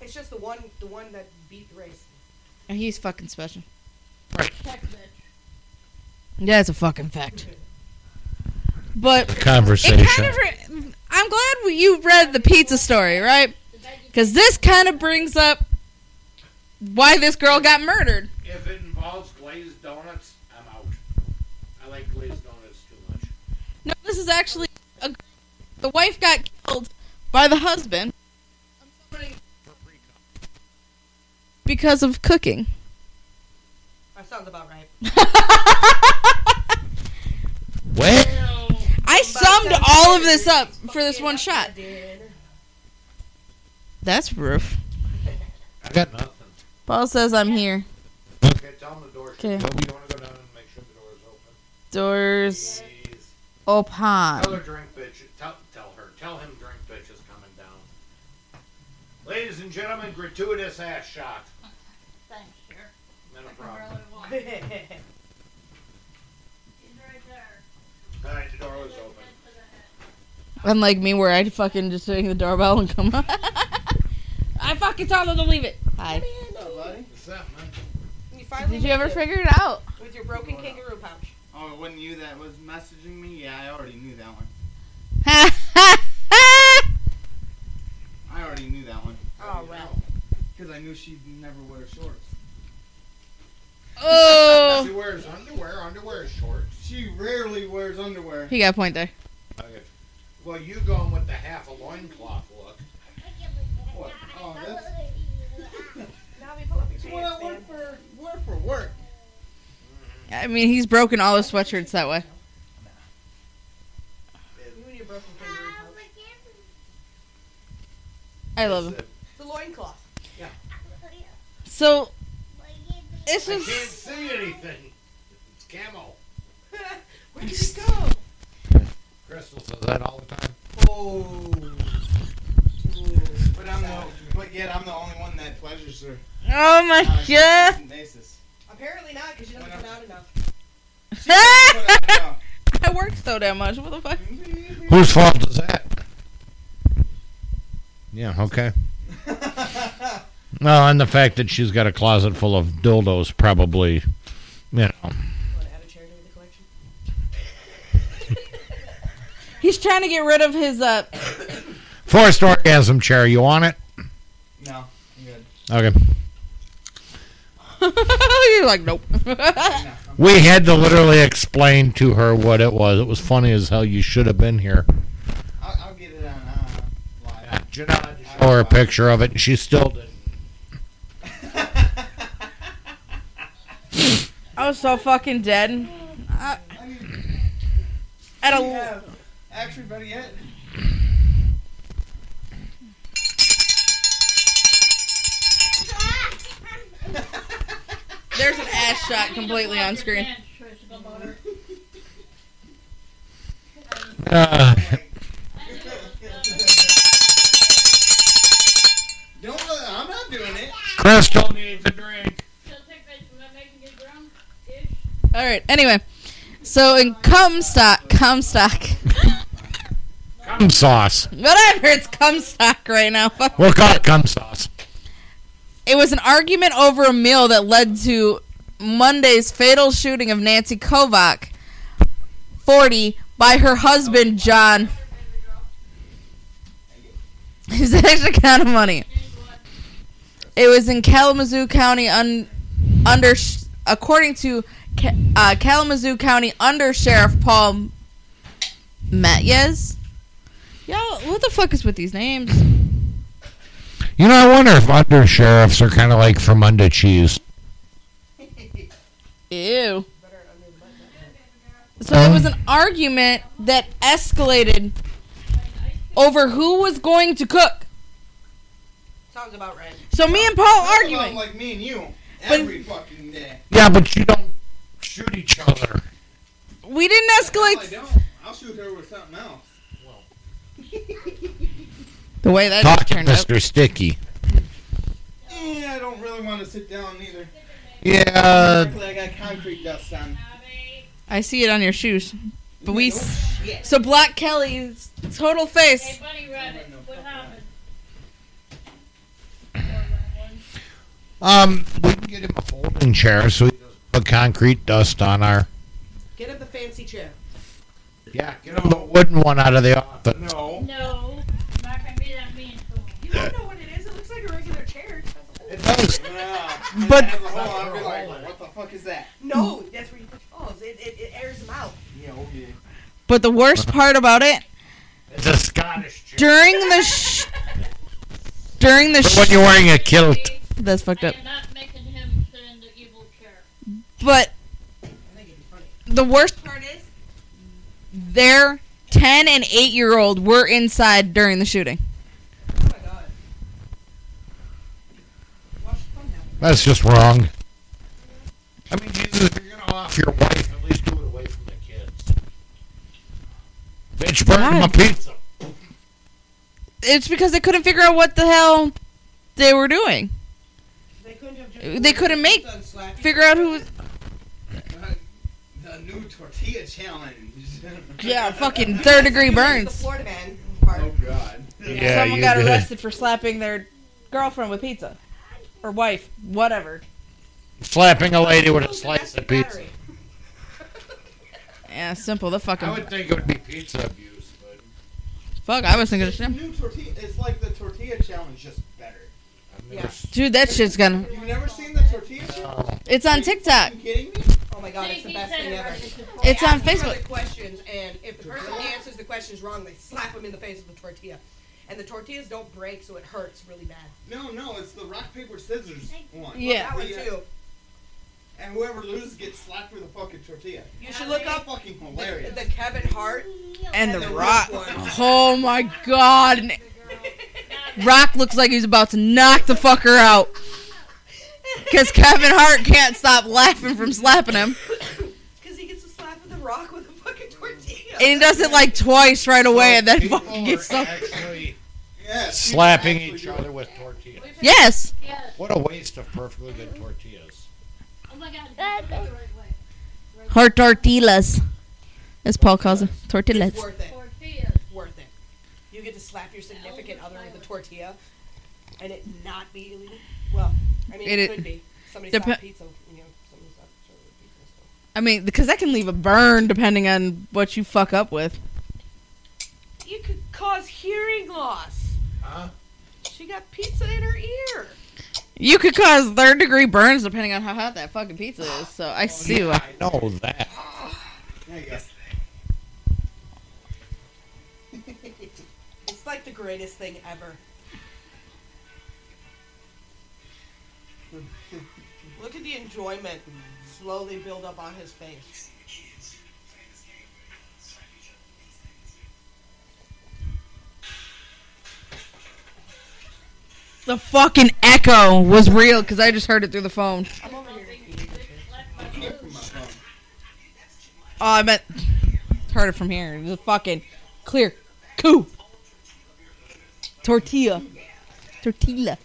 Speaker 5: It's just the one, the one that beat the race.
Speaker 3: And he's fucking special.
Speaker 4: Check bitch.
Speaker 3: Yeah, it's a fucking fact. But
Speaker 8: Conversation.
Speaker 3: it kind of. Re- I'm glad we, you read the pizza story, right? Because this kind of brings up why this girl got murdered.
Speaker 1: If it involves glazed donuts, I'm out. I like glazed donuts too much.
Speaker 3: No, this is actually a, the wife got killed by the husband because of cooking.
Speaker 5: That sounds about right.
Speaker 8: what?
Speaker 3: I summed all of this up for this one shot. That's rough.
Speaker 1: I got nothing.
Speaker 3: Paul says I'm here.
Speaker 1: Okay, tell them the door. should-
Speaker 3: Okay.
Speaker 1: You want to go down and make sure the door is open.
Speaker 3: Doors
Speaker 1: Please. Tell her
Speaker 3: open.
Speaker 1: drink bitch. Tell, tell her. Tell him drink bitch is coming down. Ladies and gentlemen, gratuitous ass shot.
Speaker 4: Thanks, Sheriff.
Speaker 1: Not
Speaker 4: I
Speaker 1: a
Speaker 4: can barely
Speaker 1: problem.
Speaker 4: walk. He's right there.
Speaker 1: All right, the door was open.
Speaker 3: Unlike me, where I fucking just ring the doorbell and come up. I fucking told them to leave it. Hi.
Speaker 1: What's up, man?
Speaker 5: You finally
Speaker 3: Did you ever
Speaker 5: made it
Speaker 3: figure it out?
Speaker 5: with your broken kangaroo pouch?
Speaker 9: Oh, it wasn't you that was messaging me? Yeah, I already knew that one. I already knew that one.
Speaker 5: Oh well.
Speaker 9: Because I knew she'd never wear shorts.
Speaker 3: oh.
Speaker 1: She wears underwear. Underwear is shorts.
Speaker 9: She rarely wears underwear.
Speaker 3: He got a point there.
Speaker 1: Okay. Well, you going with the half a loincloth look.
Speaker 9: What? Oh, that's
Speaker 5: Now we pull up your
Speaker 9: that's what I
Speaker 5: pants,
Speaker 9: work
Speaker 5: man.
Speaker 9: for. Work for work.
Speaker 3: I mean, he's broken all his sweatshirts that way.
Speaker 5: You and your broken kangaroo pouch.
Speaker 3: I love him.
Speaker 5: The loincloth.
Speaker 3: So, it's
Speaker 1: I can't
Speaker 3: just.
Speaker 1: see anything. It's camel.
Speaker 5: Where did it go?
Speaker 1: Crystal says that all the time.
Speaker 9: Oh. But I'm the, but yet I'm the only one that pleasures her.
Speaker 3: Oh my
Speaker 9: on a
Speaker 3: god.
Speaker 9: consistent Basis.
Speaker 5: Apparently not, because you don't
Speaker 9: Whatever.
Speaker 5: put out enough.
Speaker 9: But
Speaker 3: I work so damn much. What the fuck?
Speaker 1: Whose fault is that? Yeah, okay.
Speaker 9: I
Speaker 1: Well, and the fact that she's got a closet full of dildos probably, you know.
Speaker 5: Want to add a chair to the collection?
Speaker 3: He's trying to get rid of his uh.
Speaker 1: Forced orgasm chair, you want it?
Speaker 9: know. No, I'm good.
Speaker 1: Okay.
Speaker 3: You're like nope.
Speaker 9: No, I'm
Speaker 1: We had to literally explain to her what it was. It was funny as hell. You should have been here.
Speaker 9: I'll, I'll get it on uh, live.
Speaker 1: Janelle show her a picture of it, and she still didn't.
Speaker 3: I was so fucking dead. I,
Speaker 9: I need
Speaker 3: at a
Speaker 9: We have actually better yet.
Speaker 3: there's an ass shot completely on screen.
Speaker 1: Uh,
Speaker 9: Don't let- I'm not doing it.
Speaker 1: Crystal needs a drink.
Speaker 3: All right. Anyway, so in Comstock, Comstock,
Speaker 1: Cum sauce.
Speaker 3: whatever it's Comstock right now. Fuck.
Speaker 1: We'll call it cum sauce.
Speaker 3: It was an argument over a meal that led to Monday's fatal shooting of Nancy Kovac, 40, by her husband John. It's extra kind of money. It was in Kalamazoo County un, under according to Ka, uh, Kalamazoo County Under Sheriff Paul Matyes. Y'all, what the fuck is with these names?
Speaker 1: You know, I wonder if under sheriffs are kind of like from under cheese.
Speaker 3: Ew. So it
Speaker 8: Um.
Speaker 3: was an argument that escalated over who was going to cook.
Speaker 5: Sounds about right.
Speaker 3: So me and Paul
Speaker 9: That's about
Speaker 3: arguing.
Speaker 9: like me and you
Speaker 3: But-
Speaker 9: every fucking day.
Speaker 1: Yeah, but you don't shoot each other.
Speaker 3: we didn't
Speaker 9: I
Speaker 3: escalate
Speaker 9: don't. I'll shoot her with something else.
Speaker 3: the way that
Speaker 8: Talk
Speaker 3: just
Speaker 8: to
Speaker 3: turned out.
Speaker 8: Mr. Sticky.
Speaker 9: Eh, I don't really want to sit down either.
Speaker 8: Yeah,
Speaker 9: Luckily, I got concrete dust on.
Speaker 3: I see it on your shoes. But we
Speaker 9: Oh,
Speaker 3: s-
Speaker 9: shit.
Speaker 3: so Black Kelly's total
Speaker 4: Hey,
Speaker 3: face.
Speaker 4: bunny rabbit, what happened?
Speaker 8: um, we can get him a folding chair so he doesn't put concrete dust on our.
Speaker 5: Get up a fancy chair.
Speaker 8: Yeah, get him a wooden one out of the office.
Speaker 9: No,
Speaker 4: No, not gonna be that mean to him.
Speaker 5: You don't know what it is. It looks like a regular chair.
Speaker 8: It does.
Speaker 9: Yeah.
Speaker 3: But-
Speaker 9: I have a hole, I'd be like, what the fuck is that?
Speaker 5: No, that's where you put your balls. It, it, it airs them out.
Speaker 9: Yeah, okay.
Speaker 3: But the worst part about it
Speaker 8: It's a Scottish chair.
Speaker 3: during the sh- during the
Speaker 8: But when you're
Speaker 3: sh-
Speaker 8: wearing a kilt,
Speaker 3: that's fucked
Speaker 4: I
Speaker 3: up.
Speaker 4: am not making him sit in the evil chair.
Speaker 3: But the worst
Speaker 5: Part is,
Speaker 3: their 10 and 8 year old were inside during the shooting.
Speaker 5: oh my god. Wash your phone now.
Speaker 8: that's just wrong. I mean, Jesus, if you're gonna off your wife, at least do it away from the kids. Bitch, burn my
Speaker 3: God.
Speaker 8: pizza.
Speaker 3: It's because they couldn't figure out what the hell they were doing.
Speaker 5: They couldn't have just.
Speaker 3: They couldn't make
Speaker 5: Done slapping.
Speaker 3: figure out who was
Speaker 9: The new tortilla challenge.
Speaker 8: Oh,
Speaker 3: yeah, fucking third degree
Speaker 5: The
Speaker 3: burns.
Speaker 5: Florida man
Speaker 9: Oh
Speaker 5: part.
Speaker 9: God.
Speaker 8: Yeah,
Speaker 3: Someone
Speaker 8: you
Speaker 3: got
Speaker 8: did.
Speaker 3: arrested for slapping their girlfriend with pizza or wife, whatever.
Speaker 8: Slapping a lady with a slice of pizza.
Speaker 3: Yeah, simple. The fucking
Speaker 8: I would think it would be pizza abuse, but
Speaker 3: fuck. I was thinking, of
Speaker 9: It's the
Speaker 3: shit.
Speaker 9: new tortilla. It's like the tortilla challenge, just better.
Speaker 8: I've
Speaker 5: Yeah.
Speaker 8: never s-
Speaker 3: dude, that shit's gonna.
Speaker 9: You've never seen the tortilla challenge?
Speaker 3: It's on TikTok.
Speaker 9: Are you kidding me?
Speaker 5: Oh my god, it's the
Speaker 4: Jakey
Speaker 5: best
Speaker 4: said
Speaker 5: thing
Speaker 4: it
Speaker 5: ever.
Speaker 4: right at the
Speaker 5: They
Speaker 3: It's on
Speaker 5: ask each other
Speaker 3: Facebook.
Speaker 5: Questions, and if the person answers the questions wrong, they slap them in the face with a tortilla. And the tortillas don't break, so it hurts really bad.
Speaker 9: No, no, it's the rock paper scissors one.
Speaker 3: Yeah.
Speaker 5: That one
Speaker 9: Yeah.
Speaker 5: too.
Speaker 9: And whoever loses gets slapped with a fucking tortilla.
Speaker 5: You should look up
Speaker 9: fucking
Speaker 5: the,
Speaker 9: hilarious.
Speaker 5: the Kevin Hart.
Speaker 3: And the
Speaker 5: the
Speaker 3: rock.
Speaker 5: Rock one.
Speaker 3: Oh my god. And Rock looks like he's about to knock the fucker out. Because Kevin Hart can't stop laughing from slapping him.
Speaker 5: Because he gets a slap of the rock with a fucking tortilla.
Speaker 3: And he does it like twice right away and then
Speaker 1: People
Speaker 3: fucking gets
Speaker 1: are
Speaker 3: stuck.
Speaker 1: actually
Speaker 9: Yeah,
Speaker 8: slapping
Speaker 9: people
Speaker 8: each
Speaker 9: actually
Speaker 8: other with tortillas.
Speaker 3: Yes.
Speaker 4: Yes.
Speaker 8: What a waste of perfectly good tortillas.
Speaker 4: Oh my god, that's the right way.
Speaker 3: Hart tortillas. As Paul calls them.
Speaker 5: it's
Speaker 3: Tortillas.
Speaker 5: worth it.
Speaker 4: Tortillas.
Speaker 5: Worth it. You get to slap your significant other with a tortilla, and it not be illegal. Well, I mean,
Speaker 3: It
Speaker 5: it,
Speaker 3: i-
Speaker 5: could be. Somebody
Speaker 3: Depe-
Speaker 5: slapped pizza. You know, somebody slapped each other with pizza. So.
Speaker 3: I mean, because that can leave a burn depending on what you fuck up with.
Speaker 5: You could cause hearing loss.
Speaker 8: Huh?
Speaker 5: She got pizza in her ear.
Speaker 3: You could cause third degree burns depending on how hot that fucking pizza is. So I see why.
Speaker 8: I know that.
Speaker 9: There you go.
Speaker 5: It's like the greatest thing ever. Look at the enjoyment slowly build up on his face.
Speaker 3: The fucking echo was real because I just heard it through the phone.
Speaker 5: I'm over here.
Speaker 3: Oh, I meant heard it from here. The fucking clear coup. Tortilla. Tortilla.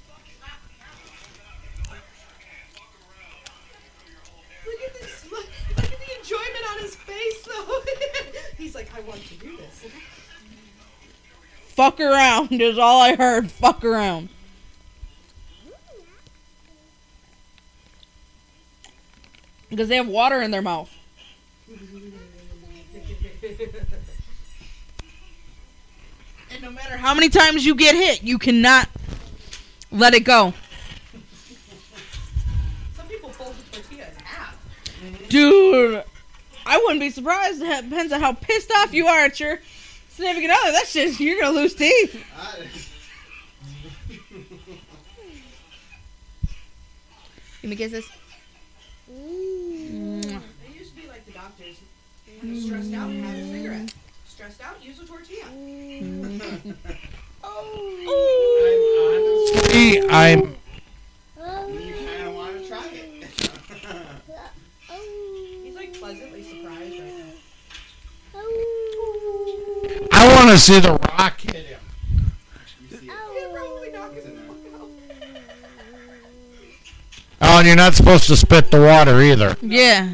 Speaker 5: Look at this. Look, look at the enjoyment on his face, though. He's like, I want to do this.
Speaker 3: Fuck around is all I heard. Fuck around. Because they have water in their mouth. And no matter how many times you get hit, you cannot let it go.
Speaker 5: Some people fold the tortilla in half.
Speaker 3: Dude, I wouldn't be surprised. It depends on how pissed off you are at your significant other. That shit, you're gonna lose teeth.
Speaker 9: I,
Speaker 3: Let me get this.
Speaker 5: They used to be like the doctors. You're stressed out, have a cigarette. Stressed out, use a tortilla.
Speaker 9: I'm honestly,
Speaker 8: See, I'm.
Speaker 3: Oh.
Speaker 9: you kind of want to try it.
Speaker 5: He's like pleasantly surprised right now.
Speaker 10: want to see the rock hit him.
Speaker 5: He'll probably knock his mouth out.
Speaker 10: Oh, and you're not supposed to spit the water either.
Speaker 3: Yeah.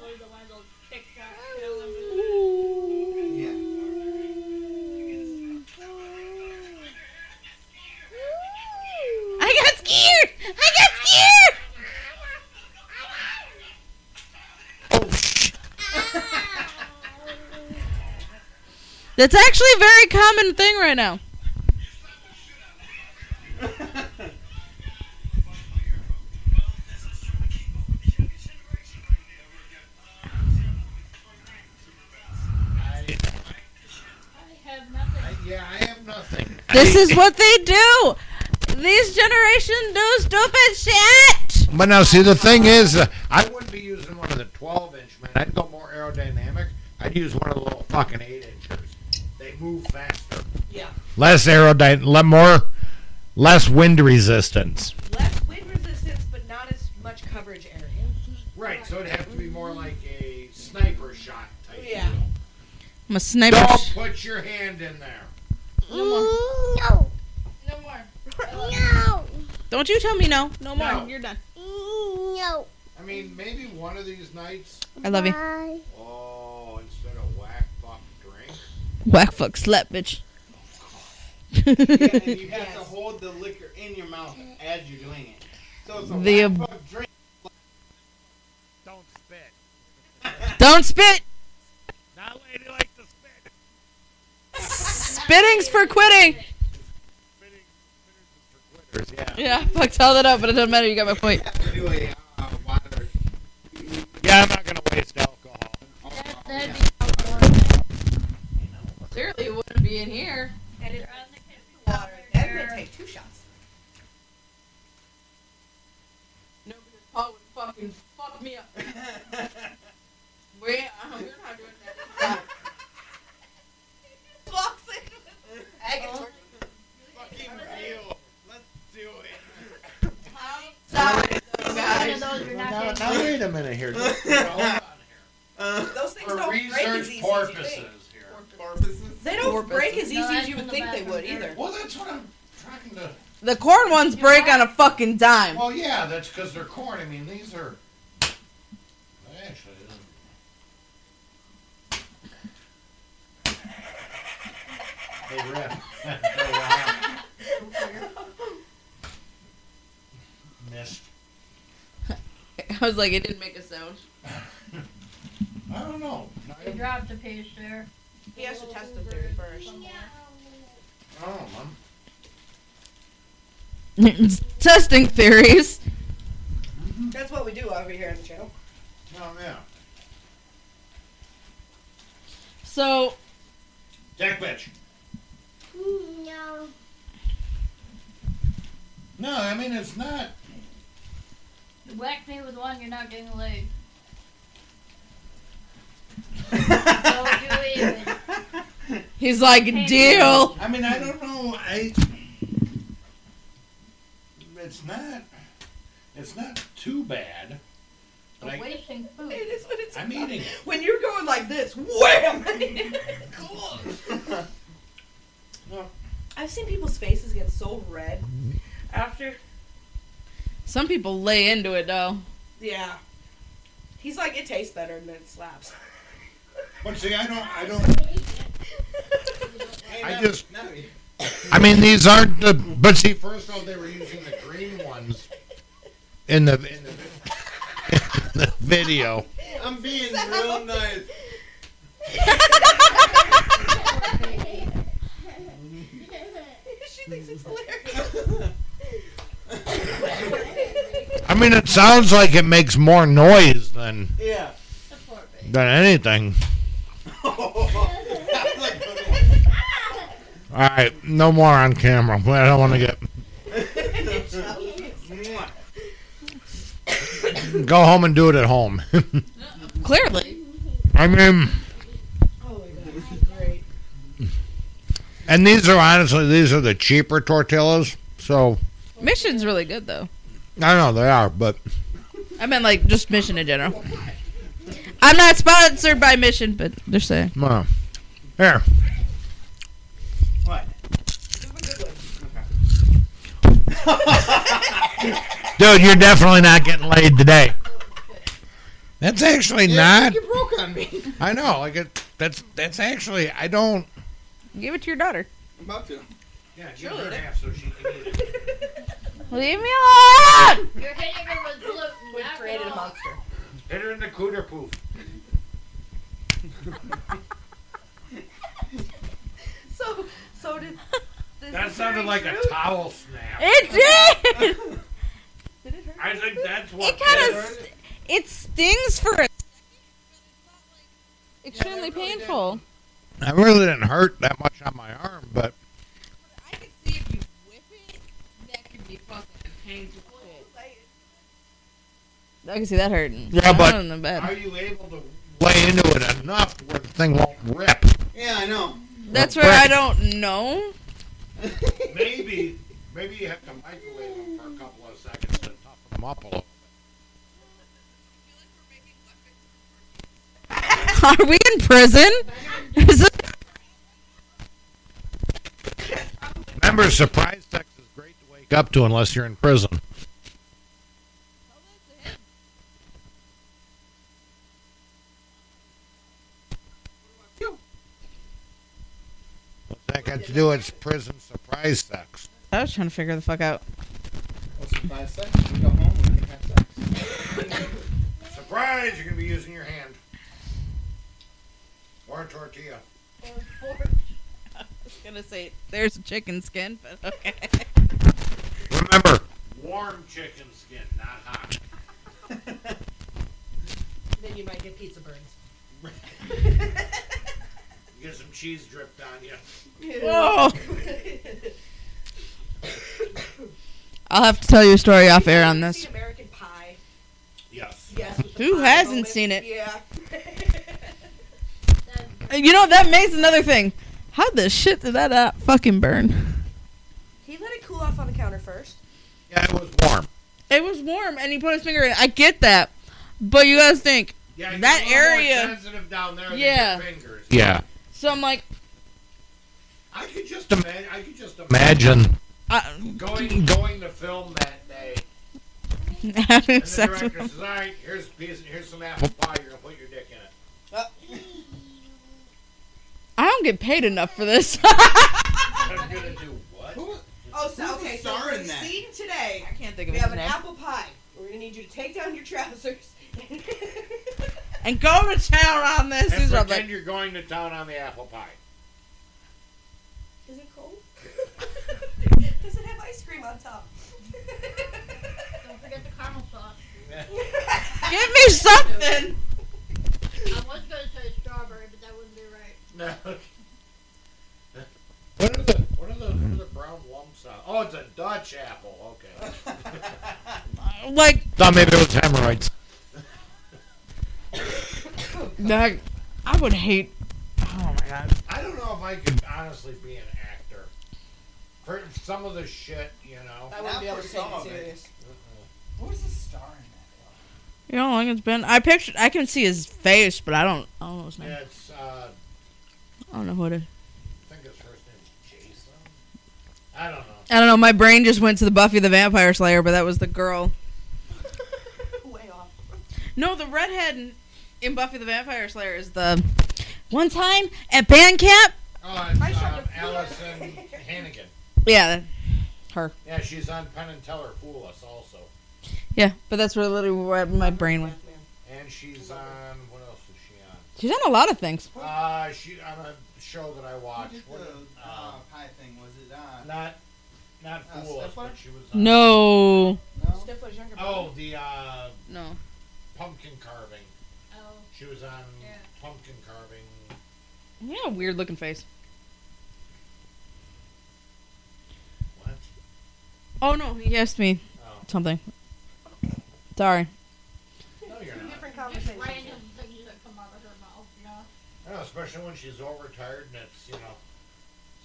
Speaker 4: Those are the ones that'll kick shot.
Speaker 3: I got scared. I got scared. That's actually a very common thing right now.
Speaker 4: I have nothing.
Speaker 1: Yeah, I have nothing.
Speaker 3: This is what they do. These generation do stupid shit.
Speaker 10: But now, see, the thing is, uh, I wouldn't be using one of the 12 inch, man. I'd go more aerodynamic. I'd use one of the little fucking 8 inchers. They move faster.
Speaker 5: Yeah.
Speaker 10: Less aerodynamic, more, less wind resistance.
Speaker 5: Less wind resistance, but not as much coverage area.
Speaker 1: Right, so it'd have to be more like a sniper shot type.
Speaker 5: Yeah.
Speaker 1: deal.
Speaker 3: I'm a sniper.
Speaker 1: Don't put your hand in there.
Speaker 4: No more.
Speaker 3: Don't you tell me no. No more.
Speaker 1: No.
Speaker 3: You're done.
Speaker 1: I mean, maybe one of these nights.
Speaker 3: I love you.
Speaker 1: Oh, instead of whack fuck drink.
Speaker 3: Whack fuck slap bitch.
Speaker 9: Yeah, and you have to hold the liquor in your mouth
Speaker 5: Mm.
Speaker 9: as you're doing it. So it's a
Speaker 3: The
Speaker 9: the
Speaker 3: ab-
Speaker 9: fuck drink.
Speaker 10: Don't spit.
Speaker 3: Don't spit.
Speaker 10: Not lady like to spit.
Speaker 3: Spitting's for quitting. Yeah, fuck, tell that up, but it doesn't matter. You got my point.
Speaker 9: Do a uh, water.
Speaker 10: Yeah, I'm not going to waste alcohol.
Speaker 4: That, that'd be outdoor.
Speaker 11: Clearly, it wouldn't be in here.
Speaker 5: And it
Speaker 4: They're on the kitchen
Speaker 5: water. Then they take two shots.
Speaker 11: No, because Paul would fucking fuck me up. Wait, uh, we're not doing that.
Speaker 5: Box it. Agate working
Speaker 9: Fucking deal. Let's do it.
Speaker 11: Outside, though,
Speaker 4: One of
Speaker 11: guys.
Speaker 4: those you're not
Speaker 1: Now,
Speaker 4: getting.
Speaker 1: now wait a minute here. Just-
Speaker 5: Those things
Speaker 1: For
Speaker 5: don't break as
Speaker 1: research
Speaker 5: easy as you
Speaker 1: purposes
Speaker 5: think.
Speaker 1: here.
Speaker 9: Purposes.
Speaker 5: They don't break as easy
Speaker 4: No,
Speaker 5: as
Speaker 4: that's
Speaker 5: you would
Speaker 4: in the
Speaker 5: think they
Speaker 4: bathroom
Speaker 5: would
Speaker 4: there.
Speaker 5: either.
Speaker 1: Well, that's what I'm trying to.
Speaker 3: The corn ones break on a fucking dime.
Speaker 1: Well, yeah, that's because they're corn. I mean, these are. Actually, this is- Hey, Rip. Hey, uh, Missed.
Speaker 11: I was like, it didn't make a sound.
Speaker 1: I don't know.
Speaker 4: They dropped a piece there.
Speaker 5: He has to test them very first.
Speaker 1: I don't know, Mom.
Speaker 3: Testing theories.
Speaker 5: That's what we do over here on the channel.
Speaker 1: Oh, yeah.
Speaker 3: So,
Speaker 1: Tech bitch. No, I mean, it's not.
Speaker 4: Whack me with one, you're not getting laid.
Speaker 3: he's like, deal.
Speaker 1: I mean, I don't know. I. It's not. It's not too bad. But
Speaker 4: You're
Speaker 1: I,
Speaker 4: wasting food.
Speaker 5: It is what it's
Speaker 1: I'm eating it.
Speaker 5: When you're going like this, wham! I've seen people's faces get so red after.
Speaker 3: Some people lay into it, though.
Speaker 5: Yeah. He's like, it tastes better and then it slaps.
Speaker 1: But see, I don't. I don't.
Speaker 9: Hey,
Speaker 10: I
Speaker 9: no,
Speaker 10: just-
Speaker 9: No, you-
Speaker 10: I mean, these aren't the. But see,
Speaker 1: First off, they were using the green ones.
Speaker 10: in the, in the, in the video.
Speaker 9: I'm being real nice.
Speaker 5: she thinks it's hilarious.
Speaker 10: I mean, it sounds like it makes more noise than
Speaker 9: Yeah.
Speaker 4: Support me.
Speaker 10: than anything.
Speaker 9: That's a good one.
Speaker 10: All right, no more on camera. I don't want to get.
Speaker 9: Mwah.
Speaker 10: Go home and do it at home.
Speaker 3: Clearly.
Speaker 10: I mean,
Speaker 5: oh my god, she's great.
Speaker 10: and these are honestly these are the cheaper tortillas. So
Speaker 3: Mission's really good, though.
Speaker 10: I don't know they are, but
Speaker 3: I meant, like, just mission in general. I'm not sponsored by Mission, but they're saying.
Speaker 8: Mom. Here.
Speaker 9: What?
Speaker 8: Dude, you're definitely not getting laid today. That's actually not.
Speaker 9: You broke on me.
Speaker 8: I know. Like it, that's that's actually. I don't.
Speaker 3: Give it to your daughter.
Speaker 9: I'm about to.
Speaker 1: Yeah, give her half so she can eat it.
Speaker 3: Leave me alone!
Speaker 4: You're hitting her with glue. Knock it
Speaker 5: created a
Speaker 4: off.
Speaker 5: monster.
Speaker 1: Hit her in the cooter poof.
Speaker 5: So, so did. This
Speaker 1: That sounded like a towel snap.
Speaker 3: It did!
Speaker 5: Did it hurt?
Speaker 1: I think that's what.
Speaker 3: It kind
Speaker 1: did
Speaker 3: of
Speaker 1: her.
Speaker 3: st- it stings for a
Speaker 7: Extremely painful.
Speaker 8: I really didn't hurt that much on my arm, but
Speaker 7: I can see if you whip it, that could be fucking painful.
Speaker 3: I can see that hurting.
Speaker 8: Yeah, but-
Speaker 3: Not in the bed.
Speaker 1: Are you able to?
Speaker 8: lay into it enough where the thing won't rip.
Speaker 9: Yeah, I know.
Speaker 3: That's where I don't know.
Speaker 1: Maybe, maybe you have to microwave them for a couple of seconds to toughen them up a little.
Speaker 3: Are we in prison? Is this-
Speaker 8: Remember, surprise sex is great to wake up to unless you're in prison. What's that got to do with prison surprise sex?
Speaker 3: I was trying to figure the fuck out.
Speaker 9: What's the five seconds? We go home. We're gonna have sex.
Speaker 1: Surprise! You're gonna be using your hand or a tortilla.
Speaker 3: I was gonna say there's a chicken skin, but okay.
Speaker 8: Remember,
Speaker 1: Warm chicken skin, not hot.
Speaker 5: Then you might get pizza burns.
Speaker 1: You get some cheese dripped on you.
Speaker 3: Whoa! I'll have to tell you a story off air on
Speaker 5: See
Speaker 3: this.
Speaker 5: American Pie.
Speaker 1: Yes.
Speaker 5: Yes. with the
Speaker 3: Who
Speaker 5: pie
Speaker 3: hasn't
Speaker 5: moment.
Speaker 3: seen it?
Speaker 5: Yeah.
Speaker 3: Uh, You know that makes another thing. How the shit did that uh, fucking burn?
Speaker 5: he let it cool off on the counter first.
Speaker 8: yeah, it was warm.
Speaker 3: It was warm, and he put his finger in. it. I get that, but you guys think
Speaker 1: Yeah, you're
Speaker 3: That
Speaker 1: a little more
Speaker 3: area-
Speaker 1: sensitive down there.
Speaker 3: Yeah.
Speaker 1: Than your fingers.
Speaker 8: Yeah,
Speaker 3: so. I'm like,
Speaker 1: I could just imagine. I could just
Speaker 8: imagine.
Speaker 3: I,
Speaker 1: going going to film that day.
Speaker 3: having
Speaker 1: And the
Speaker 3: sex with
Speaker 1: director
Speaker 3: him.
Speaker 1: says, "All right, here's a piece. Here's some apple pie. You're gonna put your dick in it."
Speaker 3: I don't get paid enough for this.
Speaker 1: And I'm gonna do what?
Speaker 9: Who?
Speaker 5: Oh, so
Speaker 9: Who's the
Speaker 5: okay. So
Speaker 9: star
Speaker 5: for
Speaker 9: in
Speaker 5: the
Speaker 9: that?
Speaker 5: scene today,
Speaker 3: I can't think
Speaker 5: we have an apple pie. We're gonna need you to take down your trousers.
Speaker 3: And go to town on this.
Speaker 1: And
Speaker 3: These are
Speaker 1: pretend
Speaker 3: like,
Speaker 1: you're going to town on the apple pie.
Speaker 5: Is it cold? Does it have ice cream on top?
Speaker 4: Don't forget the caramel sauce.
Speaker 3: give me something.
Speaker 4: I was going to say strawberry, but that wouldn't be right.
Speaker 1: No. What are the what are the what are the brown lumps on? Oh, it's a Dutch apple. Okay.
Speaker 3: Like,
Speaker 8: Thought maybe it was hemorrhoids.
Speaker 3: that, I would hate. Oh my god.
Speaker 1: I don't know if I could honestly be an actor. For some of the shit, you know.
Speaker 5: I
Speaker 9: Not
Speaker 5: wouldn't be able
Speaker 9: for
Speaker 5: to take it
Speaker 9: some
Speaker 5: Oh.
Speaker 9: of it.
Speaker 5: serious.
Speaker 9: Who's the star in
Speaker 3: You know how long it's been? I picture. I can see his face, but I don't. I don't know his name.
Speaker 1: Yeah, it's uh,
Speaker 3: I don't know who it is.
Speaker 1: I think his first name's Jason. I don't know.
Speaker 3: I don't know. My brain just went to the Buffy the Vampire Slayer, but that was the girl.
Speaker 5: Way off.
Speaker 3: No, the redhead in, in Buffy the Vampire Slayer is the one time at band camp.
Speaker 1: Oh, it's
Speaker 5: I shot
Speaker 1: um,
Speaker 5: a fool.
Speaker 1: Allison Hannigan.
Speaker 3: Yeah,
Speaker 1: Yeah, she's on Penn and Teller Fool Us also,
Speaker 3: yeah. But that's where literally where my brain went.
Speaker 1: and she's on what else is she on?
Speaker 3: She's on a lot of things.
Speaker 1: Uh, she on a show that I watch.
Speaker 9: that? What
Speaker 1: What,
Speaker 9: did the uh,
Speaker 1: uh,
Speaker 9: pie thing was it on?
Speaker 1: not, not
Speaker 9: Uh,
Speaker 1: Fool Us,
Speaker 9: Step
Speaker 1: but
Speaker 9: Up?
Speaker 1: she was on.
Speaker 3: No,
Speaker 9: No.
Speaker 5: Stifler's younger
Speaker 1: Oh, the uh,
Speaker 3: no.
Speaker 1: pumpkin carving.
Speaker 4: Oh,
Speaker 1: She was on
Speaker 4: Yeah.
Speaker 1: pumpkin carving.
Speaker 3: Yeah, weird looking face.
Speaker 1: What?
Speaker 3: Oh no, he asked me
Speaker 1: Oh,
Speaker 3: something. Sorry.
Speaker 1: no, you're
Speaker 5: Two
Speaker 1: not.
Speaker 4: just
Speaker 5: different conversations.
Speaker 4: random things that come out of her mouth, you know?
Speaker 1: No, especially when she's all retired and it's you know.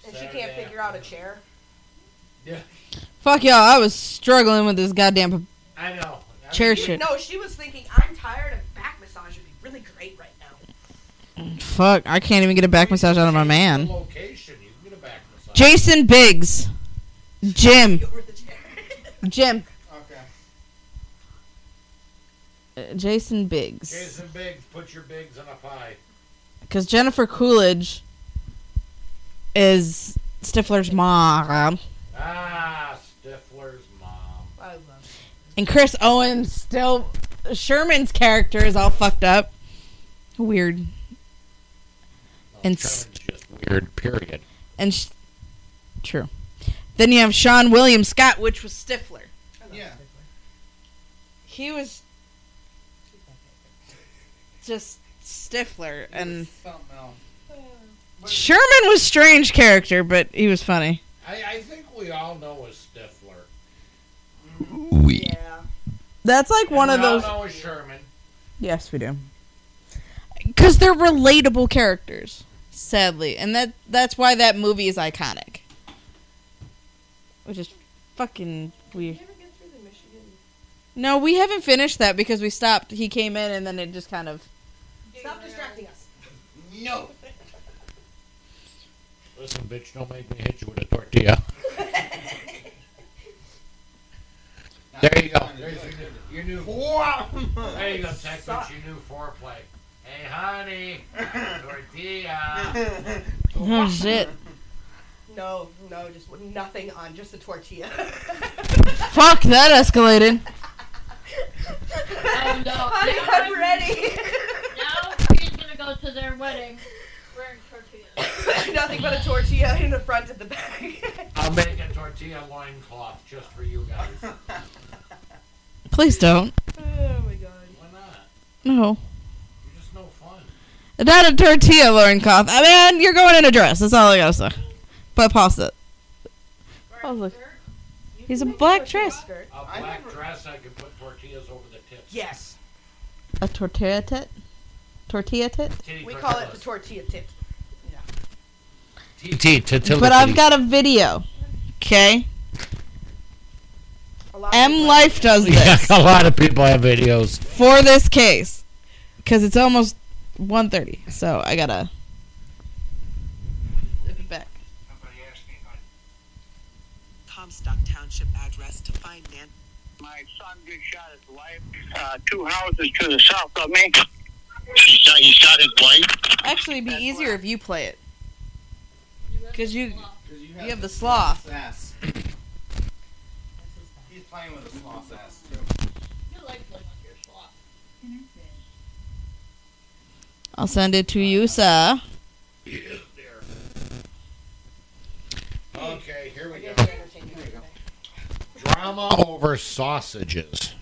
Speaker 5: And she can't
Speaker 1: Saturday
Speaker 5: figure out a
Speaker 1: afternoon.
Speaker 5: chair.
Speaker 1: Yeah,
Speaker 3: Fuck y'all. I was struggling with this goddamn.
Speaker 1: I know.
Speaker 3: Chair shit.
Speaker 5: No, she was thinking, I'm tired of back massage would be really great right now.
Speaker 3: Fuck, I can't even get a back massage out of my man.
Speaker 8: The location, you can get a back massage.
Speaker 3: Jason Biggs. Jim.
Speaker 5: Over the chair.
Speaker 3: Jim.
Speaker 9: Okay.
Speaker 3: Uh, Jason Biggs.
Speaker 8: Jason Biggs, put your bigs in a pie.
Speaker 3: Because Jennifer Coolidge is Stifler's mom.
Speaker 8: Ah, Stifler's mom.
Speaker 5: I love it.
Speaker 3: And Chris Owens still. Sherman's character is all fucked up. Weird. And
Speaker 8: Kevin's just weird. Period.
Speaker 3: And. Sh- True. Then you have Sean William Scott, which was Stifler.
Speaker 9: Yeah.
Speaker 3: He was just Stifler. And.
Speaker 9: Something else.
Speaker 3: Sherman was strange character, but he was funny.
Speaker 8: I, I think we all know a Stifler.
Speaker 2: We.
Speaker 5: Yeah.
Speaker 3: That's like one
Speaker 8: we
Speaker 3: of those.
Speaker 8: All know a Sherman.
Speaker 3: Yes, we do. Because they're relatable characters, sadly, and that that's why that movie is iconic. Which is fucking
Speaker 5: Did
Speaker 3: weird.
Speaker 5: you ever get through the Michigan?
Speaker 3: No, we haven't finished that because we stopped. He came in, and then it just kind of.
Speaker 5: Stop distracting us.
Speaker 9: No.
Speaker 8: Listen, bitch, don't make me hit you with a tortilla. There you go. There's your new, your new There you go, Tech Bitch, your new foreplay. Hey, honey, tortilla.
Speaker 3: Oh shit!
Speaker 5: No, no, just w- nothing on, just a tortilla.
Speaker 3: Fuck that escalated.
Speaker 5: Honey, Oh, I'm ready.
Speaker 4: Now she's gonna go to their wedding wearing tortillas.
Speaker 5: nothing but a tortilla in the front and the back.
Speaker 8: I'll make a tortilla loincloth just for you guys.
Speaker 3: Please don't.
Speaker 5: oh my god.
Speaker 8: Why not?
Speaker 3: No.
Speaker 8: You're just no fun.
Speaker 3: Not a tortilla, Lauren Koff. I mean, you're going in a dress. That's all I gotta say. But pasta. Oh, look. He's a black dress.
Speaker 8: A
Speaker 9: I
Speaker 8: black
Speaker 9: never-
Speaker 8: dress, I could put tortillas over the tips.
Speaker 5: Yes.
Speaker 3: A tortilla tit? Tortilla tit?
Speaker 8: Titty
Speaker 5: We call it the tortilla tip.
Speaker 8: TT, tortilla.
Speaker 3: But I've got a video. Okay?
Speaker 5: A lot of
Speaker 3: M
Speaker 5: people-
Speaker 3: Life does this
Speaker 8: a lot of people have videos.
Speaker 3: for this case. Because it's almost 1.30. So I gotta. Be back.
Speaker 6: Somebody asked me if I
Speaker 12: Comstock Township address to find Nan.
Speaker 6: my son just shot his wife uh, two houses to the south of me. So he shot his wife.
Speaker 3: Actually, it'd be easier if you play it. Because you.
Speaker 9: You
Speaker 3: have the sloth.
Speaker 9: Ass. He's playing with a sloth ass too.
Speaker 4: You like looking at your slot.
Speaker 3: I'll send it to you, sir.
Speaker 8: Okay, here we go.
Speaker 5: Entertaining.
Speaker 8: Drama over sausages.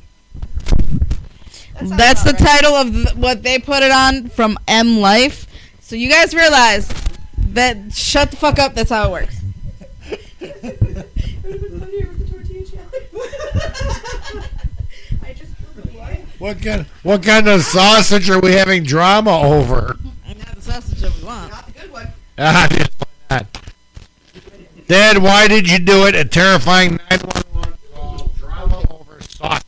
Speaker 5: That sounds
Speaker 3: That's the
Speaker 5: about right.
Speaker 3: title of th- what they put it on from M Life. So you guys realize that shut the fuck up. That's how it works.
Speaker 5: It would have been funnier with the tortilla challenge. I just feel the blood.
Speaker 8: What kind? What kind of sausage are we having drama over?
Speaker 3: Not the sausage that we want.
Speaker 5: Not the good one.
Speaker 8: Ah, just why not? Dad, why did you do it? A terrifying 911 call. Drama over sausage.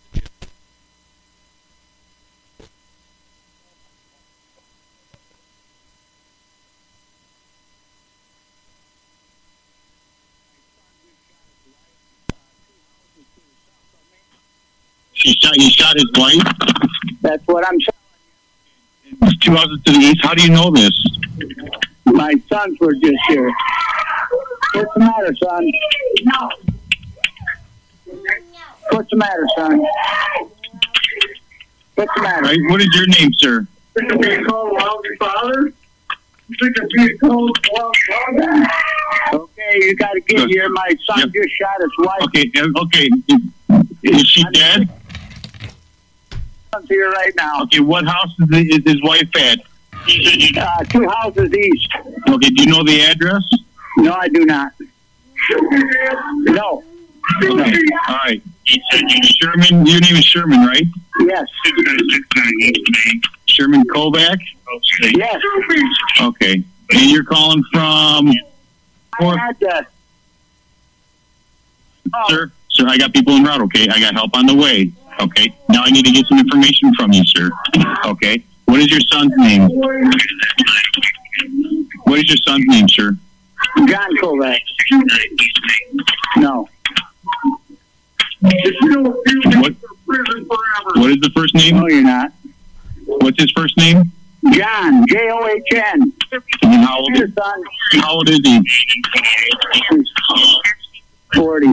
Speaker 2: She shot, he shot his wife?
Speaker 6: That's what I'm saying.
Speaker 2: Two houses to the east. How do you know this?
Speaker 6: My sons were just here. What's the matter, son? No. What's the matter, son? What's the matter?
Speaker 2: Right? What is your name, sir?
Speaker 6: Think of being called lousy father? Think of being called lousy father? Okay, you gotta get here. My son just shot his wife.
Speaker 2: Okay, uh, okay. Is she dead?
Speaker 6: son's here right now.
Speaker 2: Okay, what house is, the, is his wife at?
Speaker 6: Uh, two houses east.
Speaker 2: Okay, do you know the address?
Speaker 6: No, I do not. No.
Speaker 2: Okay. All right. Sherman, your name is Sherman, right?
Speaker 6: Yes.
Speaker 2: Sherman Kovac?
Speaker 6: Yes.
Speaker 2: Okay. And you're calling from,
Speaker 6: I had to. Oh,
Speaker 2: sir? Sir, I got people en route, okay? I got help on the way. Okay. Now I need to get some information from you, sir. Okay. What is your son's name? What is your son's name, sir?
Speaker 6: John Kovac. No.
Speaker 2: What? What is the first name? No,
Speaker 6: you're not.
Speaker 2: What's his first name?
Speaker 6: John, J O H N.
Speaker 2: And how old? How old is he?
Speaker 6: Forty.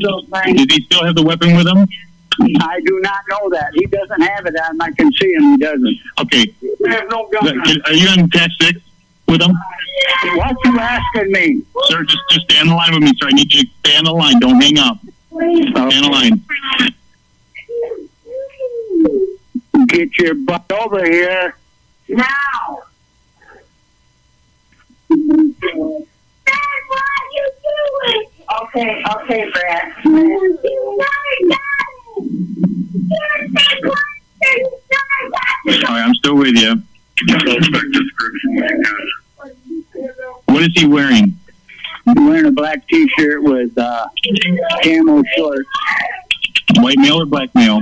Speaker 2: Does he still have the weapon with him?
Speaker 6: I do not know that. He doesn't have it. I, I can see him. He doesn't.
Speaker 2: Okay.
Speaker 6: We have no
Speaker 2: Are you on patch six with him?
Speaker 6: What you asking me?
Speaker 2: Sir, just just stay on the line with me, sir. I need you to stay on the line. Don't hang up. Stay on the line.
Speaker 6: Get your butt over here. Now.
Speaker 10: Okay, okay, Brad.
Speaker 2: All right, I'm still with you. What is he wearing?
Speaker 6: Wearing a black T-shirt with uh, camo shorts.
Speaker 2: White male or black male?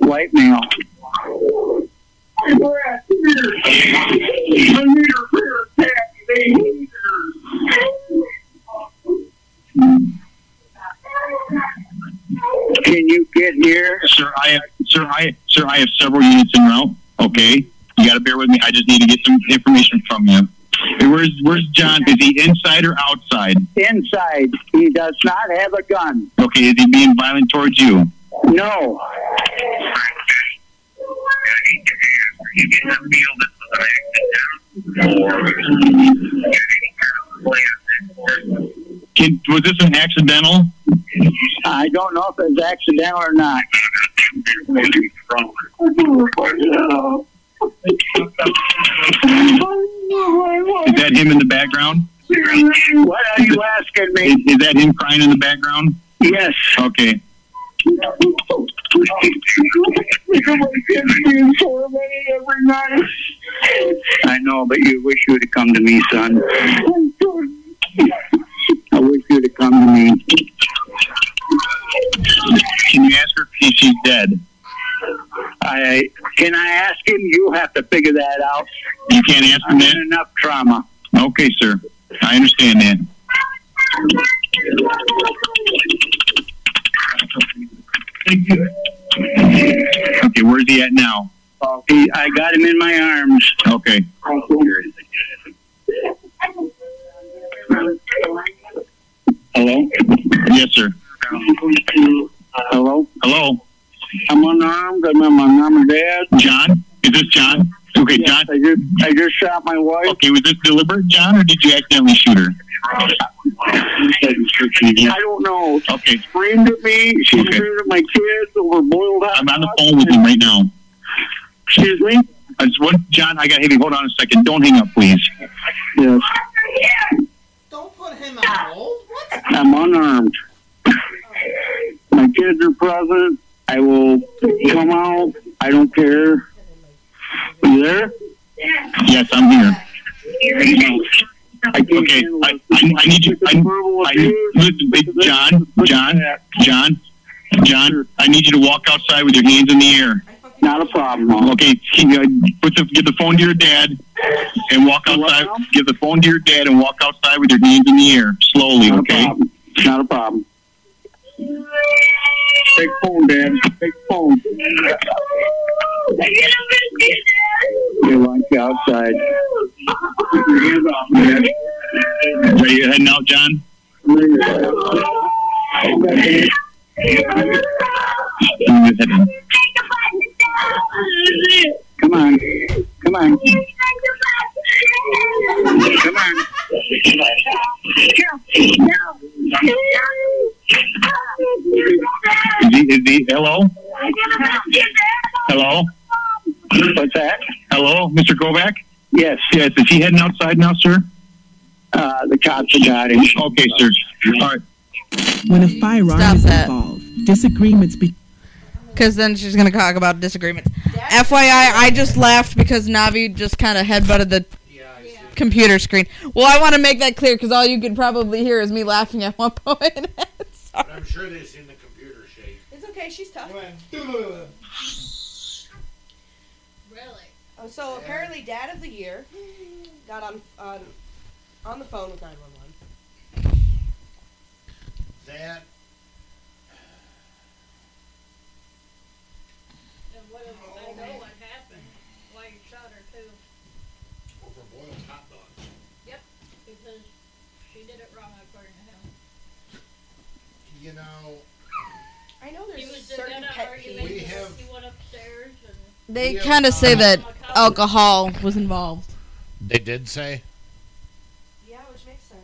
Speaker 6: White male. Can you get here?
Speaker 2: Sir, I have, sir, I, sir, I have several units en route. Okay, you got to bear with me. I just need to get some information from you. Hey, Where's Where's John? Is he inside or outside?
Speaker 6: Inside. He does not have a gun.
Speaker 2: Okay, is he being violent towards you?
Speaker 6: No.
Speaker 2: Can, was this an accidental?
Speaker 6: I don't know if it's accidental or not.
Speaker 2: Is that him in the background?
Speaker 6: What are you asking me?
Speaker 2: Is, is that him crying in the background?
Speaker 6: Yes.
Speaker 2: Okay.
Speaker 6: I know, but you wish you would have come to me, son. I wish you would have come to me.
Speaker 2: Can you ask her if she's dead?
Speaker 6: I can I ask him? You have to figure that out.
Speaker 2: You can't answer
Speaker 6: I'm
Speaker 2: that?
Speaker 6: in enough trauma.
Speaker 2: Okay, sir. I understand that. Okay, where's he at now?
Speaker 6: He, I got him in my arms.
Speaker 2: Okay.
Speaker 6: Hello.
Speaker 2: Yes, sir.
Speaker 6: Hello.
Speaker 2: Hello?
Speaker 6: I'm unarmed. I'm in my mom and dad.
Speaker 2: John? Is this John? Okay,
Speaker 6: Yes,
Speaker 2: John.
Speaker 6: I just, I just shot my wife.
Speaker 2: Okay, was this deliberate, John, or did you accidentally shoot her?
Speaker 6: I don't know.
Speaker 2: Okay,
Speaker 6: Screamed at me. She
Speaker 2: Okay.
Speaker 6: screamed at my kids over boiled hot.
Speaker 2: I'm on the
Speaker 6: dogs.
Speaker 2: phone with him right now.
Speaker 6: Excuse me.
Speaker 2: I just want, John, I got heavy. Hold on a second. Don't hang up, please.
Speaker 6: Yes.
Speaker 9: Don't put him on hold. What?
Speaker 6: I'm unarmed. My kids are present. I will come out. I don't care. Are you there?
Speaker 2: Yes, I'm here.
Speaker 6: I can't
Speaker 2: Okay,
Speaker 6: handle
Speaker 2: I,
Speaker 6: it.
Speaker 2: I, I need you. I,
Speaker 6: verbal
Speaker 2: I,
Speaker 6: abuse.
Speaker 2: listen, wait, John, John, John, John, I need you to walk outside with your hands in the air.
Speaker 6: Not a problem. Mom.
Speaker 2: Okay, can you, uh, put the, get the phone to your dad and walk outside. Give the phone to your dad and walk outside with your hands in the air slowly.
Speaker 6: Not a
Speaker 2: Okay.
Speaker 6: problem. Not a problem. Take phone, Dad. Take phone. They want you outside. Take your hands off, Dad.
Speaker 2: Are you heading out, John?
Speaker 6: Come here.
Speaker 2: You're heading.
Speaker 6: Come on. Come on. Come on.
Speaker 2: Is he, is he, hello? Hello?
Speaker 6: What's that?
Speaker 2: Hello, Mr. Kovac?
Speaker 6: Yes.
Speaker 2: Yes, is he heading outside now, sir?
Speaker 6: Uh, the cops have got him.
Speaker 2: Okay, sir. All right.
Speaker 12: When a firearm
Speaker 3: Stop
Speaker 12: is
Speaker 3: that.
Speaker 12: involved, disagreements be-
Speaker 3: Because then she's going to talk about disagreements. FYI, I just laughed because Navi just kind of headbutted the computer screen. Well, I want to make that clear because all you could probably hear is me laughing at one point.
Speaker 1: But I'm sure they've seen the computer shake.
Speaker 5: It's okay. She's tough.
Speaker 9: Really?
Speaker 5: Oh, so apparently, Dad of the Year got on on on the phone with nine one one.
Speaker 1: That
Speaker 4: And what if I know what happened? Why you shot her too?
Speaker 1: over boiled hot dogs.
Speaker 4: Yep, because she did it wrong according to him.
Speaker 1: You know,
Speaker 5: I know
Speaker 4: He
Speaker 5: there's
Speaker 4: was just
Speaker 5: certain
Speaker 4: gonna
Speaker 5: pet
Speaker 4: argue.
Speaker 5: peeves.
Speaker 1: we have
Speaker 4: He went upstairs and
Speaker 3: they
Speaker 1: Yeah.
Speaker 3: kind of say that alcohol was involved.
Speaker 1: They did say,
Speaker 5: Yeah, which makes sense.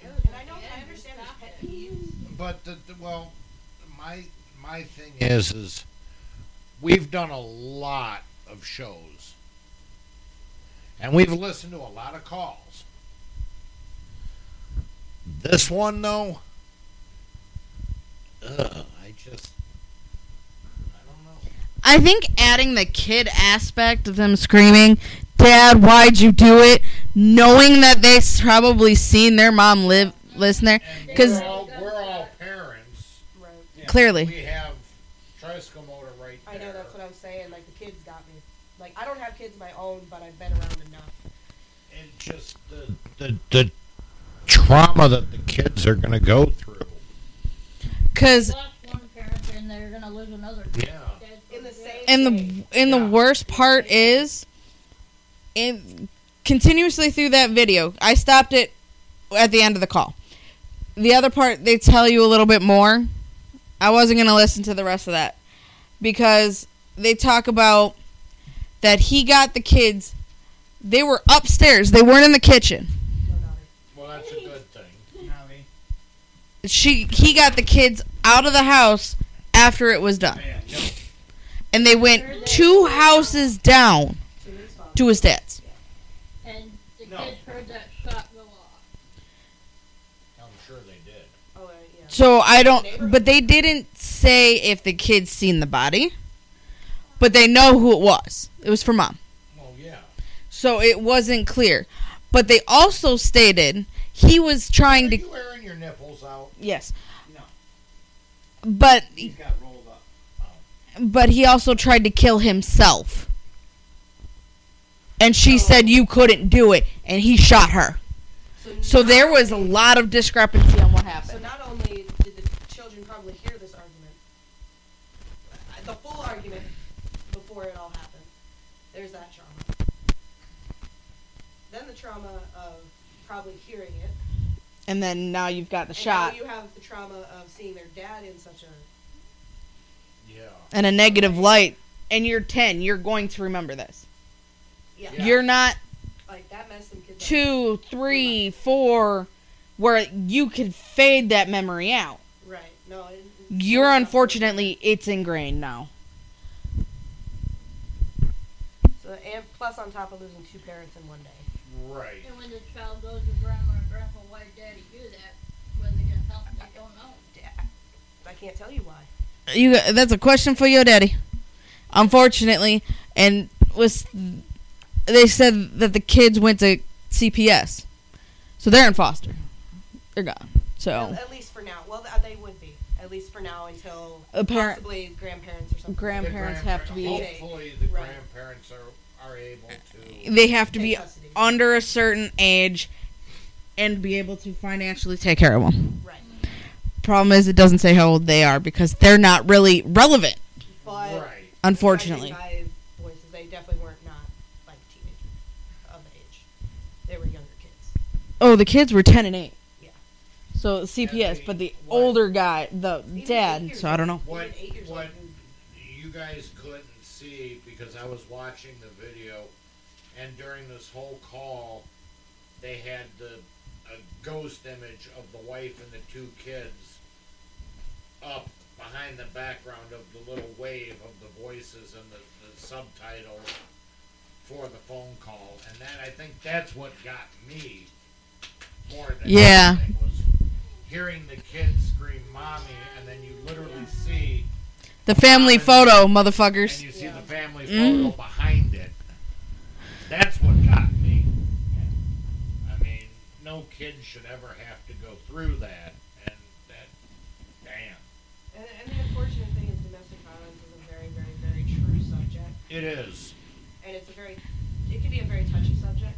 Speaker 4: Yeah,
Speaker 5: And I know
Speaker 4: yeah,
Speaker 5: I
Speaker 4: you
Speaker 5: understand there's
Speaker 4: stop
Speaker 5: pet
Speaker 4: it.
Speaker 5: peeves.
Speaker 1: but the, the- well, my my thing is is we've done a lot of shows, and we've listened to a lot of calls. This one though, ugh, I just I don't know.
Speaker 3: I think adding the kid aspect of them screaming, "Dad, why'd you do it?" knowing that they've probably seen their mom live listen there,
Speaker 1: And
Speaker 3: because
Speaker 1: we're all, we're all parents.
Speaker 5: Right.
Speaker 3: clearly,
Speaker 1: We have Triscomotor right there.
Speaker 5: I know that's what I'm saying. Like the kids got me. Like I don't have kids of my own, but I've been around enough.
Speaker 1: and just uh, the, the the trauma that the kids are going to go through.
Speaker 3: because
Speaker 4: lost one parent and they're gonna lose another.
Speaker 1: Yeah.
Speaker 4: That's
Speaker 5: In
Speaker 4: what
Speaker 5: the
Speaker 4: it
Speaker 5: same.
Speaker 4: is.
Speaker 3: and the and the worst part is, in continuously through that video, I stopped it at the end of the call. The other part, they tell you a little bit more. I wasn't gonna listen to the rest of that because they talk about that he got the kids. They were upstairs. They weren't in the kitchen.
Speaker 5: No, not
Speaker 1: Well, that's a good thing.
Speaker 9: Nolly.
Speaker 3: She he got the kids out of the house after it was done,
Speaker 9: Man, no.
Speaker 3: and they went two houses down
Speaker 5: two is fine.
Speaker 3: to his dad's.
Speaker 4: And the
Speaker 9: No.
Speaker 4: kids heard that shot go off.
Speaker 1: I'm sure they did.
Speaker 5: Oh, uh, yeah.
Speaker 3: So I don't, but they didn't say if the kids seen the body, but they know who it was. It was for mom,
Speaker 1: Well, yeah.
Speaker 3: so it wasn't clear. But they also stated he was
Speaker 1: Are
Speaker 3: trying to.
Speaker 1: you wearing your nipples out?
Speaker 3: Yes.
Speaker 9: No.
Speaker 3: But
Speaker 9: He's got rolled up.
Speaker 3: but he also tried to kill himself. And she said you couldn't do it, and he shot her. So there was a lot of discrepancy on what
Speaker 5: So
Speaker 3: happened.
Speaker 5: not only did the children probably hear this argument, uh, the full argument before it all happened. There's that trauma. Then the trauma of probably hearing it.
Speaker 3: And then now you've got the
Speaker 5: And
Speaker 3: shot
Speaker 5: Now you have the trauma of seeing their dad in such a.
Speaker 1: Yeah.
Speaker 3: and a negative light, and you're ten. You're going to remember this.
Speaker 5: Yeah.
Speaker 1: Yeah.
Speaker 3: You're not
Speaker 5: Like that messed them kids up.
Speaker 3: two, three, four, where you could fade that memory out.
Speaker 5: Right. No. It, it's
Speaker 3: You're
Speaker 5: so tough.
Speaker 3: unfortunately, it's ingrained now.
Speaker 5: So, and plus on top of losing two parents in one day.
Speaker 1: Right.
Speaker 4: And when the child goes to grandma and grandpa, why did daddy do that? Whether they can help, they don't know.
Speaker 5: I can't tell you why.
Speaker 3: You, that's a question for your daddy. Unfortunately, and was they said that the kids went to CPS, so they're in foster. They're gone. So
Speaker 5: At, at least for now. Well, th- they would be. At least for now until
Speaker 3: A parent-
Speaker 5: possibly grandparents or something.
Speaker 3: grandparents have to be
Speaker 1: Hopefully, the
Speaker 5: Right.
Speaker 1: grandparents are, are able to.
Speaker 3: they have to
Speaker 5: In
Speaker 3: be
Speaker 5: custody.
Speaker 3: under a certain age and be able to financially take care of them.
Speaker 5: Right.
Speaker 3: Problem is, it doesn't say how old they are because they're not really relevant,
Speaker 5: But
Speaker 1: right.
Speaker 3: unfortunately.
Speaker 5: judging by voices, they definitely weren't not like teenagers of age. They were younger kids.
Speaker 3: Oh, the kids were 10 and 8.
Speaker 5: Yeah.
Speaker 3: So CPS,
Speaker 1: the-
Speaker 3: but the
Speaker 1: what?
Speaker 3: older guy, the
Speaker 5: Even eight
Speaker 3: dad.
Speaker 5: years
Speaker 3: So I don't know.
Speaker 5: old.
Speaker 1: What-
Speaker 5: Even eight years
Speaker 1: what-
Speaker 5: old.
Speaker 1: You guys couldn't see because I was watching the video, and during this whole call, they had the a ghost image of the wife and the two kids up behind the background of the little wave of the voices and the, the subtitle for the phone call, and that I think that's what got me more than
Speaker 3: Yeah.
Speaker 1: anything was hearing the kids scream "mommy," and then you literally see.
Speaker 3: The family photo, motherfuckers.
Speaker 1: And you see the family
Speaker 3: Mm.
Speaker 1: photo behind it. That's what got me. no kid should ever have to go through that. And that, damn.
Speaker 5: And, and the unfortunate thing is domestic violence is a very, very, very true subject,
Speaker 1: It is.
Speaker 5: and it's a very, it can be a very touchy subject.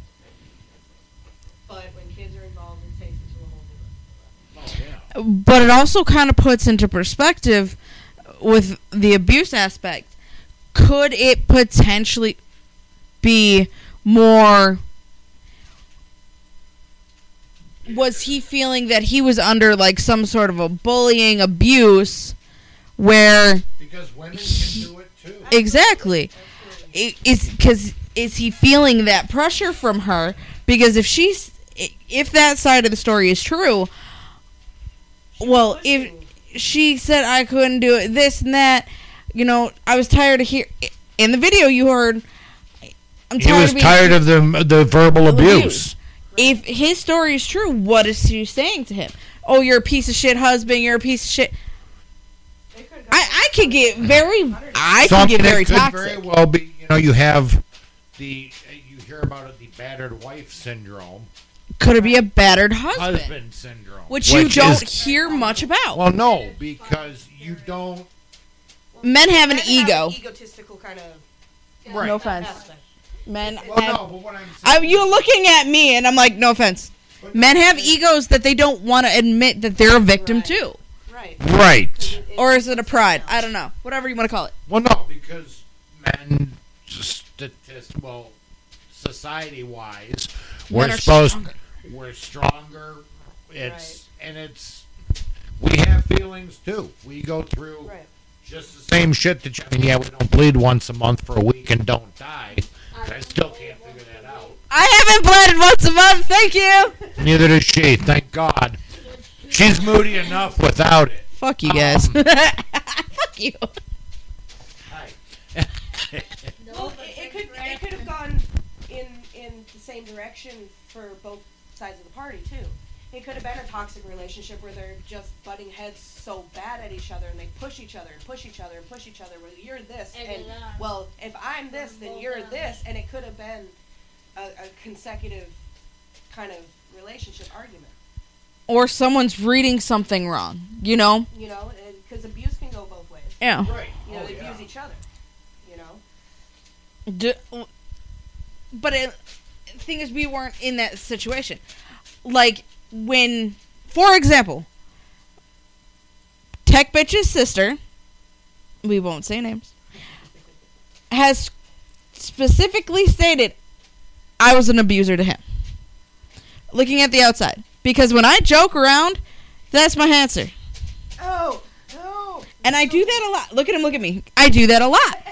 Speaker 5: But when kids are involved, it takes it to a
Speaker 1: Oh,
Speaker 5: whole new level.
Speaker 3: but it also kind of puts into perspective with the abuse aspect. Could it potentially be more? Was he feeling that he was under like some sort of a bullying abuse where?
Speaker 1: Because women can do it too.
Speaker 3: Exactly. I- Is because is he feeling that pressure from her? Because if she's i- if that side of the story is true, well, if she said I couldn't do it, this and that, you know, I was tired of hear. In the video you heard, I'm
Speaker 10: He
Speaker 3: tired.
Speaker 10: was
Speaker 3: of being
Speaker 10: tired of the the verbal abuse.
Speaker 3: abused." If his story is true, what is she saying to him? Oh, you're a piece of shit husband. You're a piece of shit. I, I could get very I could
Speaker 10: Something
Speaker 3: get very
Speaker 10: that
Speaker 3: toxic.
Speaker 10: could Very well be. You know, you have.
Speaker 1: The uh, you hear about it, the battered wife syndrome,
Speaker 3: Could it be a battered husband?
Speaker 1: husband syndrome,
Speaker 3: Which, you
Speaker 10: Which
Speaker 3: don't
Speaker 10: is-
Speaker 3: hear much about.
Speaker 10: Well, no,
Speaker 1: because you don't.
Speaker 3: Men have an
Speaker 5: Men have
Speaker 3: ego.
Speaker 5: an egotistical kind of.
Speaker 3: Right. No offense. Men
Speaker 5: Well,
Speaker 3: have.
Speaker 5: no,
Speaker 1: but what I'm
Speaker 3: I'm- you're looking at me, and I'm like, no offense. Men have egos that they don't want to admit that they're a victim too.
Speaker 5: Right.
Speaker 10: Right.
Speaker 3: Or is it a pride? I don't know. Whatever you want to call it.
Speaker 10: Well, no,
Speaker 1: because men, statist, well, society wise,
Speaker 10: We're supposed.
Speaker 1: we're stronger. It's and it's we have feelings too. We go through just the
Speaker 10: Same shit that you. I mean, yeah, we don't bleed once a month for a week and don't die.
Speaker 1: I still can't figure that out.
Speaker 3: I haven't bled once a month. Thank you.
Speaker 10: Neither does she. Thank God. She's moody enough without it.
Speaker 3: Fuck you guys. Fuck you.
Speaker 5: Well, it, it could it could have gone in in the same direction for both sides of the party too. It could have been a toxic relationship where they're just butting heads so bad at each other and they push each other and push each other and push each other. Well, you're this,
Speaker 4: And
Speaker 5: and
Speaker 4: then, uh,
Speaker 5: well, if I'm this, then you're
Speaker 4: down.
Speaker 5: this, and it could have been a, a consecutive kind of relationship argument.
Speaker 3: Or someone's reading something wrong. You know.
Speaker 5: You know, because abuse can go both ways.
Speaker 3: Yeah. Right.
Speaker 5: You know,
Speaker 3: Oh,
Speaker 5: they
Speaker 3: yeah.
Speaker 5: abuse each other. You know.
Speaker 3: D- but it, thing is, we weren't in that situation. Like when, for example, Tech Bitch's sister, we won't say names, has specifically stated, "I was an abuser to him." Looking at the outside, because when I joke around, that's my answer.
Speaker 5: Oh, oh.
Speaker 3: And I do that a lot. Look at him, look at me. I do that a lot.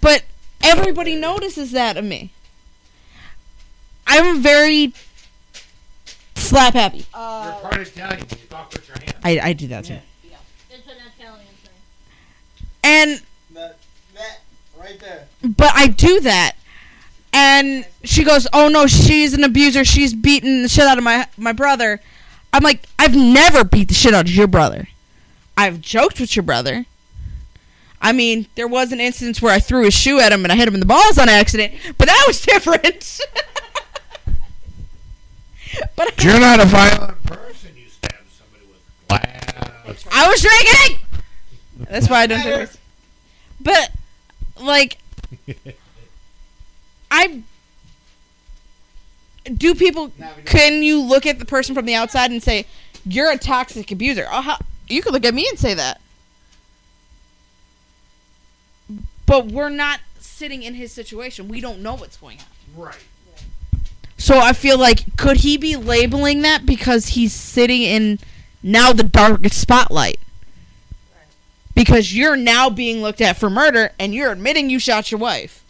Speaker 3: But everybody notices that of me. I'm very slap happy.
Speaker 5: Uh,
Speaker 1: You're part Italian. You talk with your hands.
Speaker 3: I, I do that too.
Speaker 4: It's an Italian thing.
Speaker 3: And
Speaker 9: That, that right there.
Speaker 3: but I do that. And she goes, "Oh no, she's an abuser. She's beaten the shit out of my my brother." I'm like, "I've never beat the shit out of your brother. I've joked with your brother. I mean, there was an instance where I threw a shoe at him and I hit him in the balls on accident, but that was different." but I-
Speaker 10: You're not a violent
Speaker 1: person. You stab somebody with glass.
Speaker 3: I was drinking. That's why I don't do this. But like, I do people. Can you look at the person from the outside and say you're a toxic abuser? Oh, how, you could look at me and say that. But we're not sitting in his situation. We don't know what's going on.
Speaker 1: Right.
Speaker 3: So I feel like could he be labeling that because he's sitting in now the darkest spotlight? Because you're now being looked at for murder and you're admitting you shot your wife.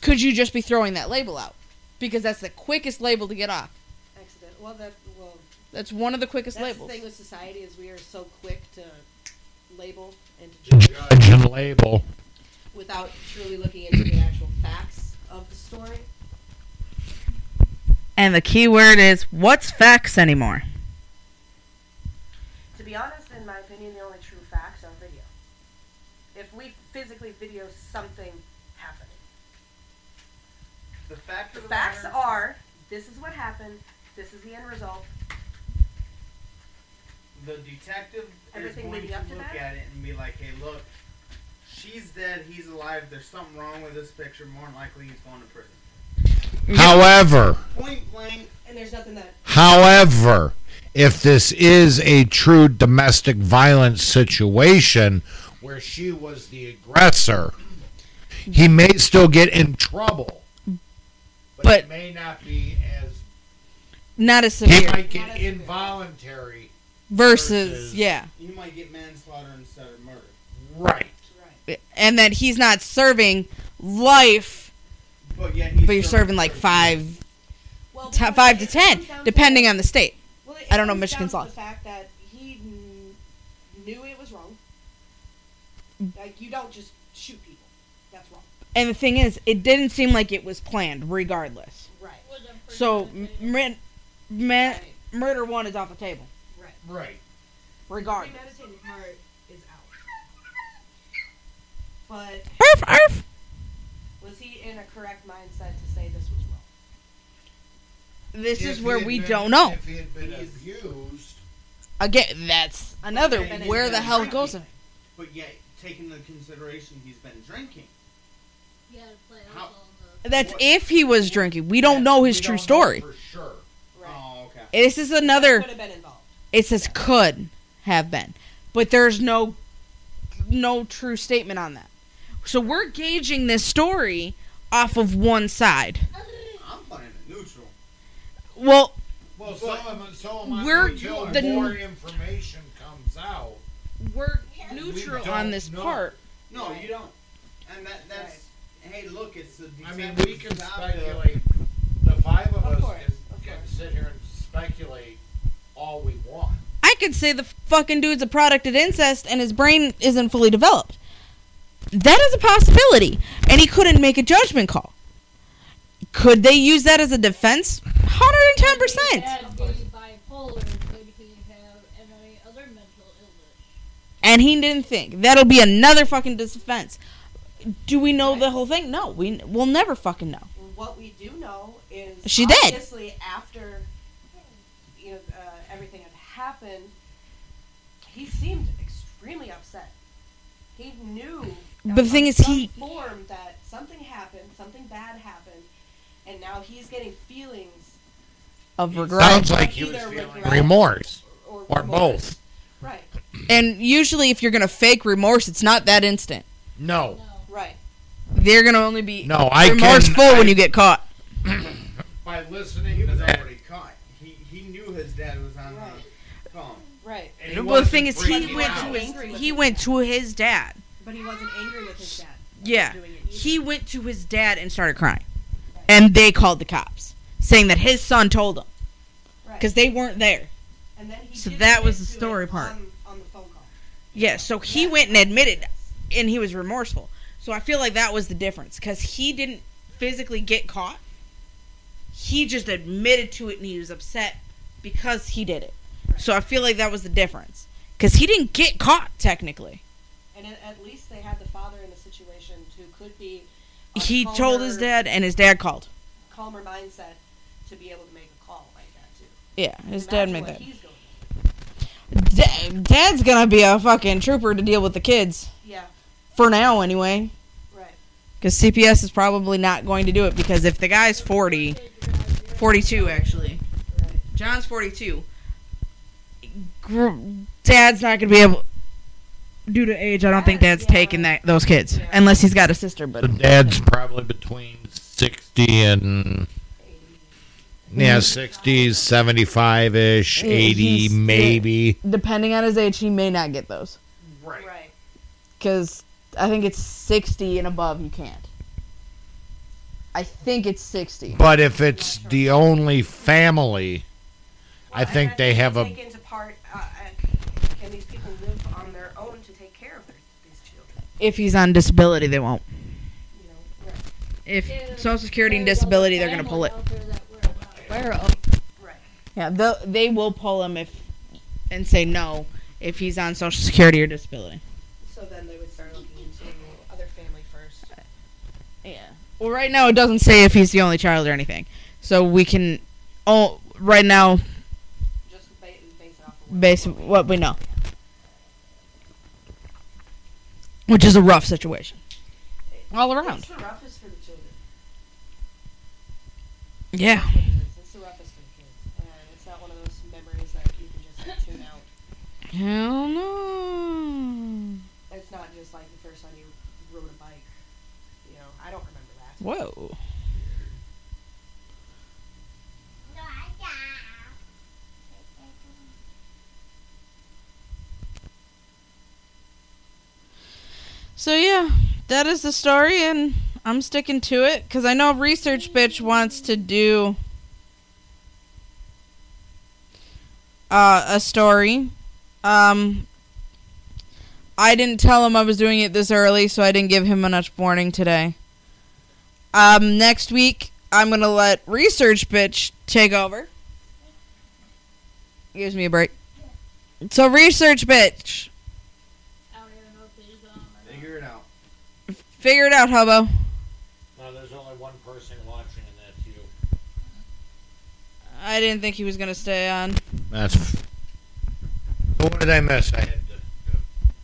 Speaker 3: Could you just be throwing that label out? Because that's the quickest label to get off.
Speaker 5: accident. Well, that well.
Speaker 3: That's one of the quickest
Speaker 5: That's
Speaker 3: labels.
Speaker 5: the thing with society is we are so quick to label and to
Speaker 10: Judge
Speaker 5: judge
Speaker 10: and label.
Speaker 5: without truly looking into the actual facts of the story.
Speaker 3: And the key word is what's facts anymore?
Speaker 5: To be honest, in my opinion, the only true facts are video. If we physically video something happening,
Speaker 9: The fact
Speaker 5: the
Speaker 9: of the
Speaker 5: facts
Speaker 9: matter,
Speaker 5: are This is what happened. This is the end result.
Speaker 9: The detective is
Speaker 5: Everything
Speaker 9: going
Speaker 5: leading
Speaker 9: to
Speaker 5: up to
Speaker 9: look
Speaker 5: that?
Speaker 9: at it and be like, "Hey, look, she's dead. He's alive. There's something wrong with this picture. More than likely, he's going to prison."
Speaker 10: However,
Speaker 9: Point blank,
Speaker 5: and there's nothing that.
Speaker 10: However, if this is a true domestic violence situation where she was the aggressor, he may still get in trouble.
Speaker 1: But,
Speaker 3: But-
Speaker 1: it may not be as
Speaker 3: Not as
Speaker 10: He
Speaker 3: severe.
Speaker 10: might
Speaker 1: get involuntary.
Speaker 3: Versus, yeah.
Speaker 9: You might get manslaughter instead of murder.
Speaker 10: Right.
Speaker 3: And that he's not serving life,
Speaker 9: But yet he's
Speaker 3: but you're serving like five, te- five to ten, depending on the state.
Speaker 5: Well, it
Speaker 3: I don't know
Speaker 5: comes
Speaker 3: Michigan's
Speaker 5: down
Speaker 3: law.
Speaker 5: to The fact that he kn- knew it was wrong.
Speaker 3: Mm.
Speaker 5: Like you don't just shoot people. That's wrong.
Speaker 3: And the thing is, it didn't seem like it was planned, regardless.
Speaker 5: Right.
Speaker 3: So, m- mur- ma- murder one is off the table,
Speaker 5: Right.
Speaker 1: Right.
Speaker 3: regardless.
Speaker 5: Premeditated part is out. But
Speaker 3: Arf, arf.
Speaker 5: was he in a correct mindset to say this was wrong?
Speaker 3: This
Speaker 1: If
Speaker 3: is
Speaker 1: he
Speaker 3: where
Speaker 1: had
Speaker 3: we
Speaker 1: been-
Speaker 3: don't know.
Speaker 1: If he had been abused,
Speaker 3: Again, that's another
Speaker 9: And he's
Speaker 3: where the
Speaker 9: been
Speaker 3: hell
Speaker 9: drinking.
Speaker 3: goes it.
Speaker 9: But yet, taking into consideration he's been drinking.
Speaker 4: You gotta play
Speaker 9: How?
Speaker 3: That's if he was drinking. We don't know his true story.
Speaker 1: sure.
Speaker 9: Oh, okay.
Speaker 3: This is another.
Speaker 5: Could have been involved.
Speaker 3: It says could have been, but there's no no true statement on that. So we're gauging this story off of one side.
Speaker 9: I'm playing a neutral.
Speaker 3: Well,
Speaker 1: Well, so am, so am I.
Speaker 3: We're-
Speaker 1: until
Speaker 3: the-
Speaker 1: more information comes out.
Speaker 3: we're
Speaker 1: neutral
Speaker 3: neutral on this part.
Speaker 9: No, you don't. And that that's. Hey, look, it's the.
Speaker 1: I mean,
Speaker 9: detective's
Speaker 1: we can
Speaker 9: job to-
Speaker 1: speculate. The five of, us
Speaker 9: course,
Speaker 1: can, can sit here and speculate all we want.
Speaker 3: I could say the fucking dude's a product of incest and his brain isn't fully developed. That is a possibility, and he couldn't make a judgment call. Could they use that as a defense? Hundred and ten percent.
Speaker 4: Could be bipolar? Could he have any other mental illness?
Speaker 3: and he didn't think that'll be another fucking defense. Do we know the whole thing? No, we we'll never fucking know.
Speaker 5: What we do know is
Speaker 3: She did.
Speaker 5: Obviously, after you know uh, everything had happened, he seemed extremely upset. He knew.
Speaker 3: But the thing
Speaker 5: on
Speaker 3: is,
Speaker 5: some
Speaker 3: he-
Speaker 5: form that something happened, something bad happened, and now he's getting feelings.
Speaker 3: Of regret.
Speaker 10: Sounds like he was
Speaker 5: Either
Speaker 10: feeling
Speaker 5: regret
Speaker 10: remorse
Speaker 5: or
Speaker 10: or both.
Speaker 5: Right.
Speaker 3: And usually, if you're gonna fake remorse, it's not that instant.
Speaker 10: No,
Speaker 5: Right.
Speaker 3: They're gonna only be
Speaker 10: No, I can-
Speaker 3: remorseful when you get caught.
Speaker 1: By listening,
Speaker 9: he was already caught. He he knew his dad was on the phone.
Speaker 5: Right.
Speaker 1: And he
Speaker 3: well, the thing
Speaker 1: wasn't
Speaker 3: is, he
Speaker 1: freaking
Speaker 3: went
Speaker 1: out.
Speaker 3: to
Speaker 5: Angry
Speaker 3: his
Speaker 5: with
Speaker 3: he
Speaker 5: his
Speaker 3: went to his dad.
Speaker 5: But he wasn't angry with his dad.
Speaker 3: Yeah, he went to his dad and started crying, and they called the cops, saying that his son told them
Speaker 5: Right.
Speaker 3: because they weren't there.
Speaker 5: And then he
Speaker 3: So
Speaker 5: did
Speaker 3: that
Speaker 5: admit
Speaker 3: was the
Speaker 5: to it
Speaker 3: story part.
Speaker 5: on, on the phone call.
Speaker 3: Yeah, so he went and admitted, and he was remorseful. So I feel like that was the difference because he didn't physically get caught. He just admitted to it and he was upset because he did it. So I feel like that was the difference because he didn't get caught technically.
Speaker 5: And at, at least they had the father in the situation who could be a
Speaker 3: He told his
Speaker 5: calmer-
Speaker 3: dad, and his dad called.
Speaker 5: calmer mindset to be able to make a call like that too.
Speaker 3: Yeah, his dad
Speaker 5: Imagine
Speaker 3: made
Speaker 5: what
Speaker 3: that.
Speaker 5: he's going through.
Speaker 3: Da- Dad's gonna be a fucking trooper to deal with the kids
Speaker 5: Yeah,
Speaker 3: for now, anyway.
Speaker 5: right.
Speaker 3: Because CPS is probably not going to do it because if the guy's 40, 42 actually, John's 42, gr- dad's not going to be able, due to age, I don't think dad's taking that those kids. Unless he's got a sister, but.
Speaker 10: dad's probably between sixty and yeah, sixties, seventy-five ish,
Speaker 3: Yeah,
Speaker 10: eighty
Speaker 3: he's-
Speaker 10: maybe.
Speaker 3: Depending on his age, he may not get those.
Speaker 1: Right.
Speaker 5: Right.
Speaker 3: Because I think it's 60 and above, you can't. I think it's 60.
Speaker 10: But if it's the only family, I think they have a
Speaker 5: take into part, uh, and- and these people live on their own to take care of their, these children.
Speaker 3: If he's on disability, they won't.
Speaker 5: You know, right.
Speaker 3: If Social Security and disability, they're going to pull it.
Speaker 5: Right.
Speaker 3: Yeah, they'll, they will pull him if and say no if he's on Social Security or disability.
Speaker 5: So then they would start looking into other family first.
Speaker 3: Yeah. Well, right now it doesn't say if he's the only child or anything. So we can, oh, right now, base what we know, which is a rough situation. All around.
Speaker 5: It's the roughest for the children.
Speaker 3: Yeah.
Speaker 5: It's the roughest for the kids. And it's not one of those memories that you can just like, tune out.
Speaker 3: Hell no.
Speaker 5: It's not just like the first time you rode a bike. You know, I don't remember that.
Speaker 3: Whoa. So yeah, that is the story, and I'm sticking to it because I know Research Bitch wants to do uh, a story. Um, I didn't tell him I was doing it this early, so I didn't give him enough warning today. Um, next week I'm gonna let Research Bitch take over. Gives me a break. So Research Bitch,
Speaker 9: Figure it out.
Speaker 3: figure it out, hobo.
Speaker 1: No, there's only one person watching, and that's you.
Speaker 3: I didn't think he was gonna stay on.
Speaker 10: That's. F- So what did I miss? I had
Speaker 1: to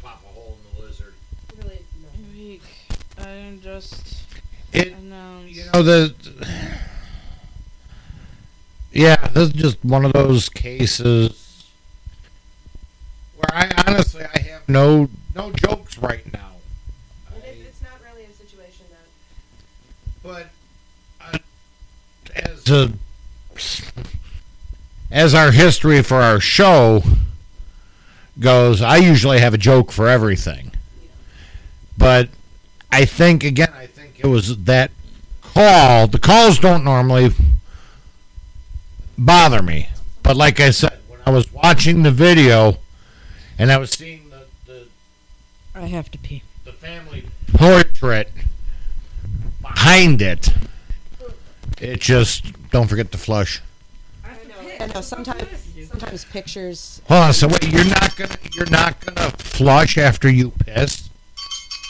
Speaker 1: pop a hole in the lizard.
Speaker 5: Really, no.
Speaker 3: Week. I didn't just.
Speaker 10: It-
Speaker 3: announce.
Speaker 10: you know oh, the yeah this is just one of those cases where i honestly i have no no jokes right now
Speaker 5: And it, it's not really a situation that.
Speaker 1: But
Speaker 10: as a, as our history for our show goes i usually have a joke for everything but i think again i think it was that call the calls don't normally bother me but like i said when i was watching the video and i was seeing the, the,
Speaker 3: I have to pee.
Speaker 1: the family
Speaker 10: portrait behind it it just don't forget to flush
Speaker 5: I know. I know. uh, Sometimes, sometimes pictures.
Speaker 10: Hold on. So wait, you're not gonna you're not gonna flush after you piss?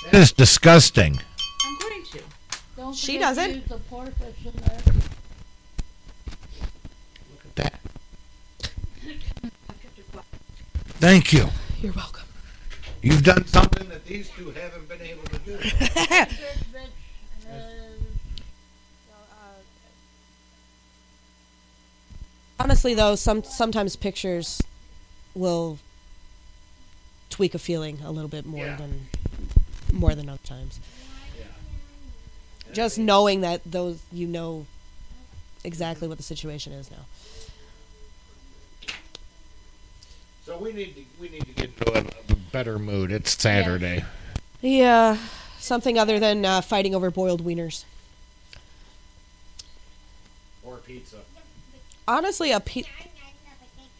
Speaker 10: That is disgusting.
Speaker 7: I'm going to.
Speaker 12: Don't
Speaker 5: She
Speaker 12: forget to
Speaker 5: doesn't.
Speaker 12: use the pork that's in there.
Speaker 10: That. Thank you.
Speaker 5: You're welcome.
Speaker 10: You've done something that these
Speaker 1: two haven't been able to do.
Speaker 4: uh,
Speaker 5: Honestly, though, some sometimes pictures will tweak a feeling a little bit more than more than other times. Just knowing that those you know exactly what the situation is now.
Speaker 10: So we need to we need to get into a, a better mood. It's Saturday.
Speaker 5: Yeah, something other than uh, fighting over boiled wieners.
Speaker 1: or pizza.
Speaker 5: Honestly, a pe-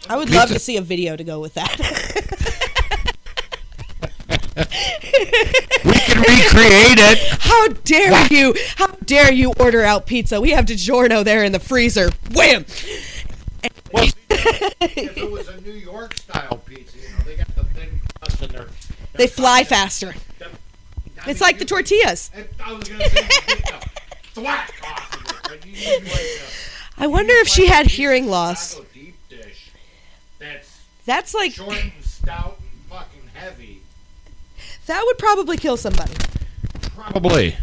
Speaker 5: I would love to
Speaker 10: Pizza.
Speaker 5: see a video to go with that.
Speaker 10: we can recreate it.
Speaker 5: How dare you? How dare you order out pizza? We have DiGiorno there in the freezer. Wham!
Speaker 1: If it was a New York style pizza, you know, they got the thin crust and they're.
Speaker 5: They fly faster. It's like the tortillas.
Speaker 1: I was gonna say, you get the thwack off of it, but you need like a
Speaker 5: I wonder if she had hearing loss.
Speaker 1: taco deep dish that's
Speaker 5: That's like
Speaker 1: short and stout and fucking heavy.
Speaker 5: that would probably kill somebody.
Speaker 10: Probably.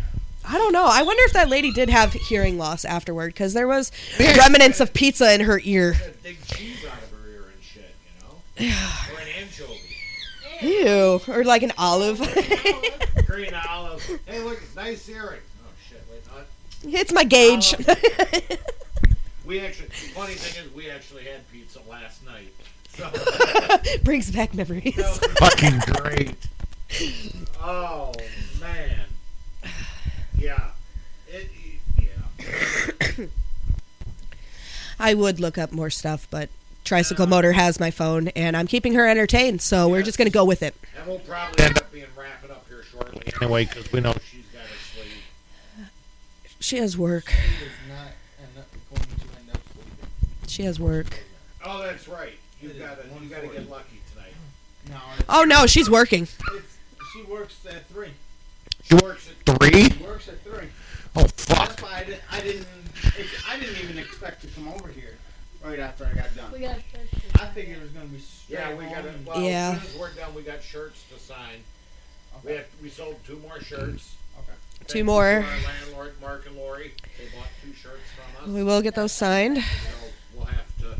Speaker 5: I don't know. I wonder if that lady did have hearing loss afterward because there was remnants of pizza in her ear.
Speaker 1: That big cheese out of her ear and shit, you know? or an anchovy.
Speaker 5: Ew, or like an olive.
Speaker 1: Green olive. Hey, look, it's nice earring. Oh, shit, wait, no,
Speaker 5: it's my gauge.
Speaker 1: We actually, funny thing is, we actually had pizza last night. So,
Speaker 5: Brings back memories.
Speaker 10: Fucking great.
Speaker 1: oh man, yeah, it, yeah.
Speaker 5: I would look up more stuff, but Tricycle Motor has my phone, and I'm keeping her entertained, so we're just going to go with it.
Speaker 1: And we'll probably end up being wrapping up here shortly.
Speaker 10: Anyway, because we know
Speaker 1: she's got her sleep.
Speaker 5: She has work.
Speaker 9: She is not end up going to end up sleeping.
Speaker 5: She has work.
Speaker 1: Oh, that's right. You gotta, you gotta get lucky tonight.
Speaker 9: No,
Speaker 5: Oh no, she's working.
Speaker 9: it's, she works at three.
Speaker 10: She works at three.
Speaker 9: She works at three.
Speaker 10: Oh fuck.
Speaker 9: That's why I, did, I didn't. It's, I didn't even expect to come over here right after I got done.
Speaker 4: We got
Speaker 9: I figured it was going to be straight
Speaker 1: Yeah, we
Speaker 9: home
Speaker 1: got it.
Speaker 9: and-
Speaker 1: Well,
Speaker 3: Yeah.
Speaker 1: as soon as we're done, we got shirts to sign. We have we sold two more shirts.
Speaker 9: Okay.
Speaker 13: Two more.
Speaker 1: Our landlord, Mark and Lori, they bought two shirts from us.
Speaker 13: We will get those signed.
Speaker 1: So we'll have to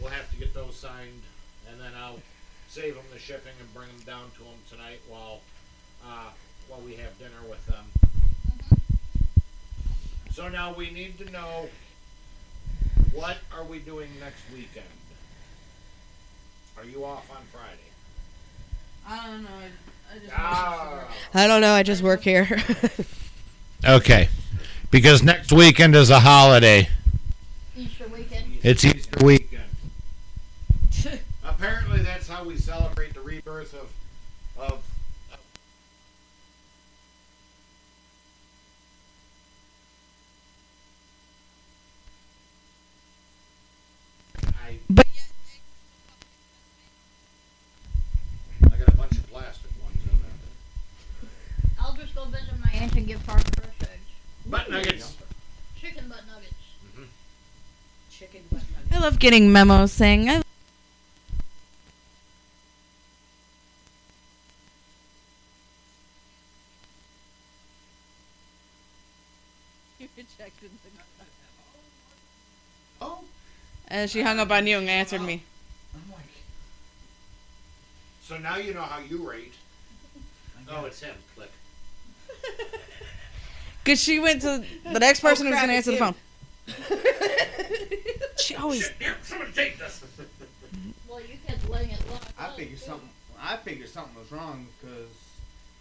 Speaker 1: we'll have to get those signed, and then I'll save them the shipping and bring them down to them tonight while uh, while we have dinner with them. So now we need to know what are we doing next weekend? Are you off on Friday?
Speaker 7: I don't know. I, I just.
Speaker 1: Ah.
Speaker 13: I don't know. I just work here.
Speaker 10: Okay. Because next weekend is a holiday.
Speaker 4: Easter weekend.
Speaker 10: It's Easter weekend.
Speaker 1: Apparently, that's how we celebrate the rebirth of of. of I,
Speaker 3: But
Speaker 1: I got a bunch of plastic ones in there.
Speaker 4: I'll just go visit my aunt and get farm fresh eggs.
Speaker 1: Butt nuggets.
Speaker 4: Chicken butt nuggets.
Speaker 7: Chicken butt nuggets.
Speaker 3: I love getting memos saying I
Speaker 7: You rejected the nugget.
Speaker 9: Oh,
Speaker 3: and she hung up on you and answered me.
Speaker 9: I'm like,
Speaker 1: So now you know how you rate. Oh, it's him. Click.
Speaker 3: Cause she went to the next person
Speaker 7: Oh,
Speaker 3: who was
Speaker 7: crap,
Speaker 3: gonna answer the
Speaker 7: it's
Speaker 3: phone. she always
Speaker 1: Shit, damn, someone take this.
Speaker 4: Well, you kept letting it lock
Speaker 9: I
Speaker 4: up,
Speaker 9: figured
Speaker 4: too.
Speaker 9: something. I figured something was wrong because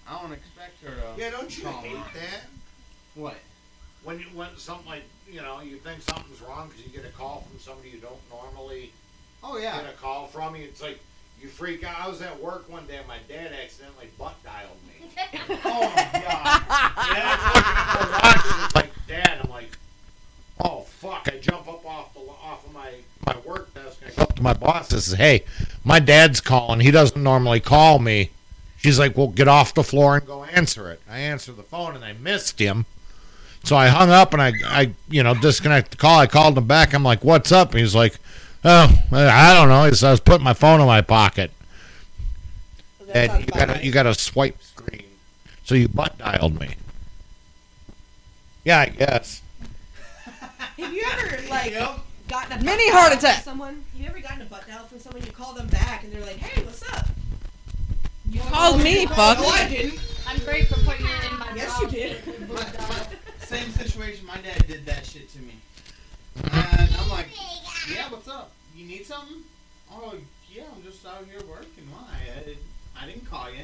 Speaker 9: I don't expect her to.
Speaker 1: Yeah, don't you
Speaker 9: call
Speaker 1: hate
Speaker 9: me.
Speaker 1: that?
Speaker 9: What?
Speaker 1: When you when something like you know you think something's wrong because you get a call from somebody you don't normally
Speaker 9: Oh yeah.
Speaker 1: get a call from you, it's like you freak out. I was at work one day and my dad accidentally butt dialed me.
Speaker 9: Oh my god.
Speaker 1: Yeah, I'm watching it, like dad, I'm like, oh fuck! I jump up off the off of my my work desk and I go,
Speaker 10: To my boss, I says, hey, my dad's calling. He doesn't normally call me. She's like, well, get off the floor and go answer it. I answer the phone and I missed him. So I hung up and I, I you know, disconnect the call. I called him back. I'm like, what's up? He's like, oh, I don't know. He says, I was putting my phone in my pocket. Dad, you got a, you got a swipe screen, so you butt dialed me. Yeah, I guess.
Speaker 5: Have you ever like gotten a butt
Speaker 3: Mini heart
Speaker 5: dial from
Speaker 3: attack.
Speaker 5: Someone, you ever gotten a butt dial from someone? You call them back and they're like, "Hey, what's up?" You
Speaker 3: called me, fuck.
Speaker 5: No, I didn't. Oh.
Speaker 4: I'm great for putting it in my
Speaker 5: Yes,
Speaker 4: mouth.
Speaker 5: you did.
Speaker 9: uh, Same situation. My dad did that shit to me, and I'm like, yeah, what's up? You need something? Oh yeah, I'm just out here working. Why? I, I didn't call you.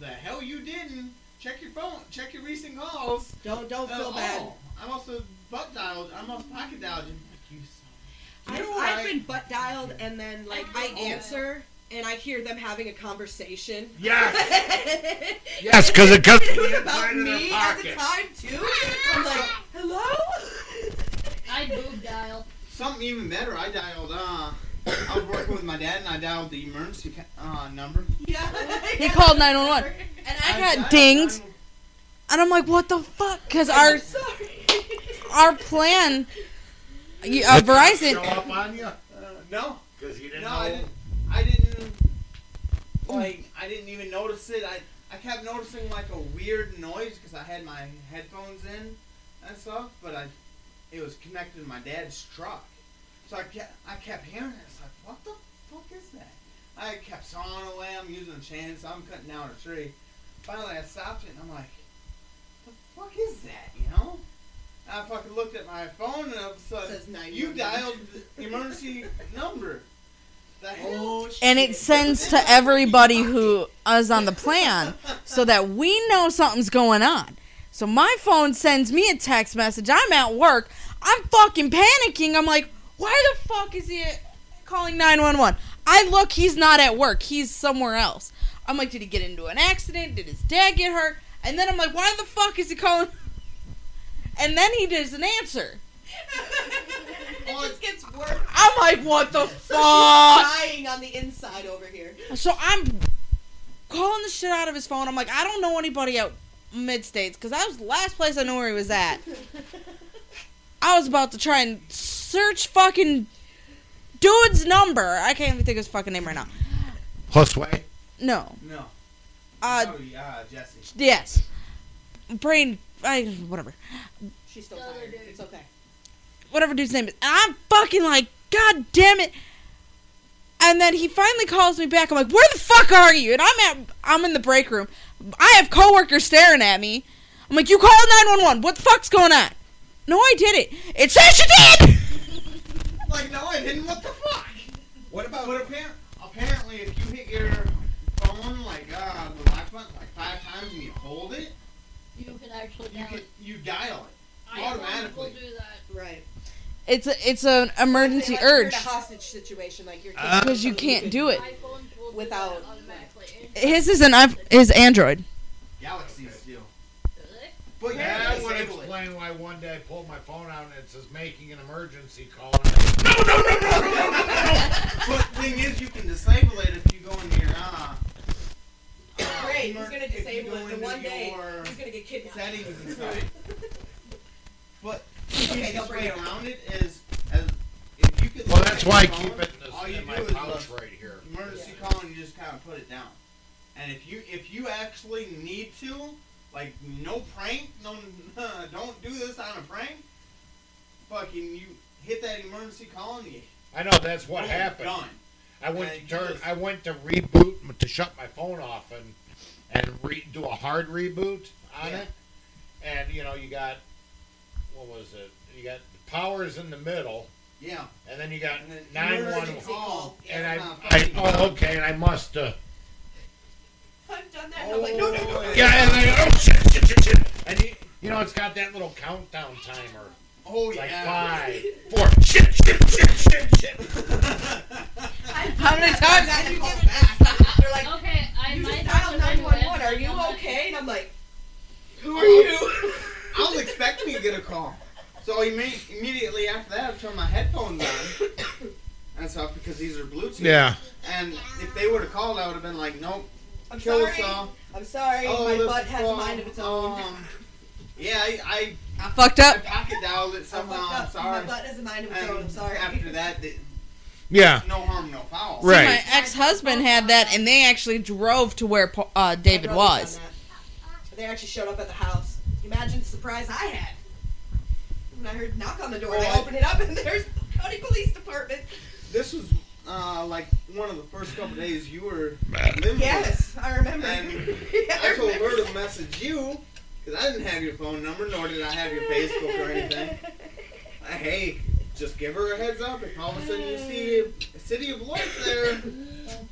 Speaker 9: The hell you didn't. Check your phone. Check your recent calls.
Speaker 5: Don't don't feel
Speaker 9: Uh,
Speaker 5: bad.
Speaker 9: oh, I must have butt dialed. I must have pocket dialed. you. I'm Like you. son
Speaker 5: I,
Speaker 9: of a- You're
Speaker 5: I've
Speaker 9: right.
Speaker 5: been butt dialed and then like I answer and I hear them having a conversation.
Speaker 1: yes,
Speaker 10: Yes, 'cause it comes-
Speaker 5: It was about
Speaker 1: Inside of their
Speaker 5: me at the
Speaker 1: pocket.
Speaker 5: time too. I'm like, hello.
Speaker 4: I boob dial.
Speaker 9: Something even better. I dialed. Uh, I was working with my dad, and I dialed the emergency ca- uh, number.
Speaker 5: Yeah.
Speaker 3: He called 911.
Speaker 5: And
Speaker 3: I
Speaker 9: dialed
Speaker 3: got dinged,
Speaker 9: 911.
Speaker 3: and I'm like, what the fuck? Cause our
Speaker 5: sorry.
Speaker 3: our plan, you- uh,
Speaker 1: show
Speaker 3: Verizon.
Speaker 1: up on you
Speaker 9: Uh, no,
Speaker 1: because you didn't
Speaker 9: no,
Speaker 1: know.
Speaker 9: I didn't. I didn't. Like, I didn't even notice it. I I kept noticing like a weird noise because I had my headphones in and stuff, but I it was connected to my dad's truck, so I kept I kept hearing it. It's like, what the fuck is that? I kept sawing away. I'm using a chainsaw. I'm cutting down a tree. Finally, I stopped it, and I'm like, the fuck is that? You know. And I fucking looked at my phone and all of a sudden,
Speaker 5: Says 911.
Speaker 9: you dialed the emergency number. The hell?
Speaker 5: shit.
Speaker 3: And it sends to everybody who is on the plan so that we know something's going on. So my phone sends me a text message. I'm at work. I'm fucking panicking. I'm like, why the fuck is he calling 911? I look, he's not at work. He's somewhere else. I'm like, did he get into an accident? Did his dad get hurt? And then I'm like, why the fuck is he calling? And then he doesn't answer.
Speaker 5: it just gets worse.
Speaker 3: I'm like, what the
Speaker 5: She's
Speaker 3: fuck?
Speaker 5: dying on the inside over here.
Speaker 3: So I'm calling the shit out of his phone. I'm like, I don't know anybody out mid states because that was the last place I knew where he was at. I was about to try and search fucking dude's number. I can't even think of his fucking name right now.
Speaker 10: Plus way.
Speaker 3: No.
Speaker 9: No.
Speaker 3: Uh,
Speaker 9: oh, yeah, Jesse.
Speaker 3: Yes. Brain. I, whatever.
Speaker 7: She's still tired. It's okay.
Speaker 3: Whatever dude's name is. And I'm fucking like, God damn it. And then he finally calls me back. I'm like, Where the fuck are you? And I'm at. I'm in the break room. I have coworkers staring at me. I'm like, You called 911. What the fuck's going on? No, I did it. It says you did.
Speaker 9: Like, no, I didn't. What the fuck? What about? But apparent, apparently, if you hit your phone like uh, the lock button like five times and you hold it,
Speaker 4: You can actually
Speaker 9: you
Speaker 4: dial
Speaker 9: can,
Speaker 4: it.
Speaker 9: you dial it
Speaker 4: Will
Speaker 9: automatically.
Speaker 4: do that.
Speaker 5: Right.
Speaker 3: It's a, it's an emergency
Speaker 5: Like, you're in
Speaker 3: urge
Speaker 5: a hostage situation, like you're
Speaker 3: Uh, 'Cause you can't do it.
Speaker 5: without.
Speaker 3: his is an iP- his android
Speaker 9: Galaxies do.
Speaker 5: But
Speaker 8: yeah, that
Speaker 9: you
Speaker 8: would
Speaker 9: disable it.
Speaker 8: explain why one day I pulled my phone out and it says making an emergency call. And I, no, no, no, no, no, no, no.
Speaker 9: But thing is, you can disable it if you go into your uh,
Speaker 5: Great. He's gonna
Speaker 9: If you
Speaker 5: disable
Speaker 9: go
Speaker 5: it. And
Speaker 9: into
Speaker 5: one day
Speaker 9: your
Speaker 5: he's gonna get kidnapped.
Speaker 9: settings and stuff. But the
Speaker 5: Okay, they'll
Speaker 9: easiest
Speaker 5: bring
Speaker 9: way
Speaker 5: it up.
Speaker 9: around it is as if you could.
Speaker 8: Well,
Speaker 9: look
Speaker 8: that's
Speaker 9: at
Speaker 8: why I
Speaker 9: your
Speaker 8: keep
Speaker 9: phone,
Speaker 8: it in this-
Speaker 9: all you
Speaker 8: in my
Speaker 9: do is
Speaker 8: pouch
Speaker 9: look,
Speaker 8: right here.
Speaker 9: Emergency call and you just kind of put it down. And if you if you actually need to, like no prank, no don't do this on a prank. Fucking you hit that emergency call and you.
Speaker 8: I know that's what
Speaker 9: boom,
Speaker 8: happened.
Speaker 9: Done.
Speaker 8: I went
Speaker 9: And
Speaker 8: to
Speaker 9: you
Speaker 8: turn.
Speaker 9: just-
Speaker 8: I went to reboot m- to shut my phone off and and re, do a hard reboot on
Speaker 9: Yeah.
Speaker 8: it. And you know, you got what was it? You got the powers in the middle,
Speaker 9: Yeah.
Speaker 8: and then you got
Speaker 9: And then
Speaker 8: nine one
Speaker 9: emergency call.
Speaker 8: And I,
Speaker 9: Yeah,
Speaker 8: I
Speaker 9: fucking
Speaker 8: oh okay, and I must. Uh,
Speaker 5: I've done that. and I'm like,
Speaker 9: Oh.
Speaker 5: no, no, no.
Speaker 8: yeah, and I oh shit shit shit shit. And you, you know, it's got that little countdown timer.
Speaker 9: Oh
Speaker 8: Like
Speaker 9: yeah.
Speaker 8: five, four, shit, shit, shit, shit, shit.
Speaker 3: How many times have you
Speaker 5: given this? They're like,
Speaker 4: Okay, I
Speaker 5: you
Speaker 4: might
Speaker 5: just
Speaker 4: have
Speaker 5: dialed
Speaker 4: to bring
Speaker 5: 911. Are
Speaker 4: Wes
Speaker 5: you
Speaker 4: on my-
Speaker 5: okay? And I'm like, who are you?
Speaker 9: I was expecting to get a call. So imme- immediately after that, I turned my headphones on and stuff because these are Bluetooth.
Speaker 10: Yeah.
Speaker 9: And if they would have called, I would have been like, nope.
Speaker 5: I'm
Speaker 9: Kill
Speaker 5: sorry.
Speaker 9: us all.
Speaker 5: I'm sorry.
Speaker 9: Oh,
Speaker 5: My
Speaker 9: this
Speaker 5: butt
Speaker 9: is
Speaker 5: has a
Speaker 9: wrong.
Speaker 5: mind of its own.
Speaker 9: Um, yeah, I,
Speaker 3: I fucked
Speaker 9: I, I
Speaker 3: up
Speaker 9: pocket dialed it
Speaker 5: I'm
Speaker 9: somehow. I'm
Speaker 5: fucked up. My
Speaker 9: Oh, sorry.
Speaker 5: butt has a mind of its own. I'm
Speaker 9: And
Speaker 5: sorry.
Speaker 9: after that, th-
Speaker 10: Yeah.
Speaker 9: no harm, no foul.
Speaker 10: Right.
Speaker 3: my ex-husband had that and they actually drove to where Po- uh, david
Speaker 5: My brother's
Speaker 3: was
Speaker 5: done that. They actually showed up at the house. Imagine the surprise I had when I heard knock on the door. and I
Speaker 9: Well, I-
Speaker 5: opened it up and there's the county police department.
Speaker 9: This was uh, like one of the first couple days you were living with us.
Speaker 5: Yes, I remember.
Speaker 9: And
Speaker 5: Yeah,
Speaker 9: I told
Speaker 5: remember.
Speaker 9: her to message you because I didn't have your phone number, nor did I have your Facebook or anything. Uh, hey, just give her a heads up if all of a sudden you see a city of Lloyd there.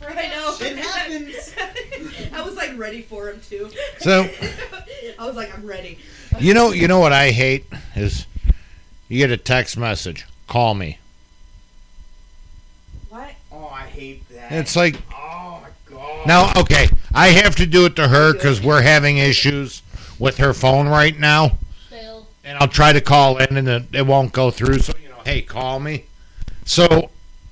Speaker 5: I know.
Speaker 9: Shit happens.
Speaker 5: I was like ready for him too.
Speaker 10: So-
Speaker 5: I was like, I'm ready.
Speaker 10: You know, you know what I hate is you get a text message, call me.
Speaker 5: What?
Speaker 9: Oh, I hate that.
Speaker 10: It's like
Speaker 9: oh my god.
Speaker 10: now, okay, I have to do it to her because we're having issues with her phone right now,
Speaker 4: Still.
Speaker 10: and I'll try to call in and it, it won't go through. So you know, hey, call me. So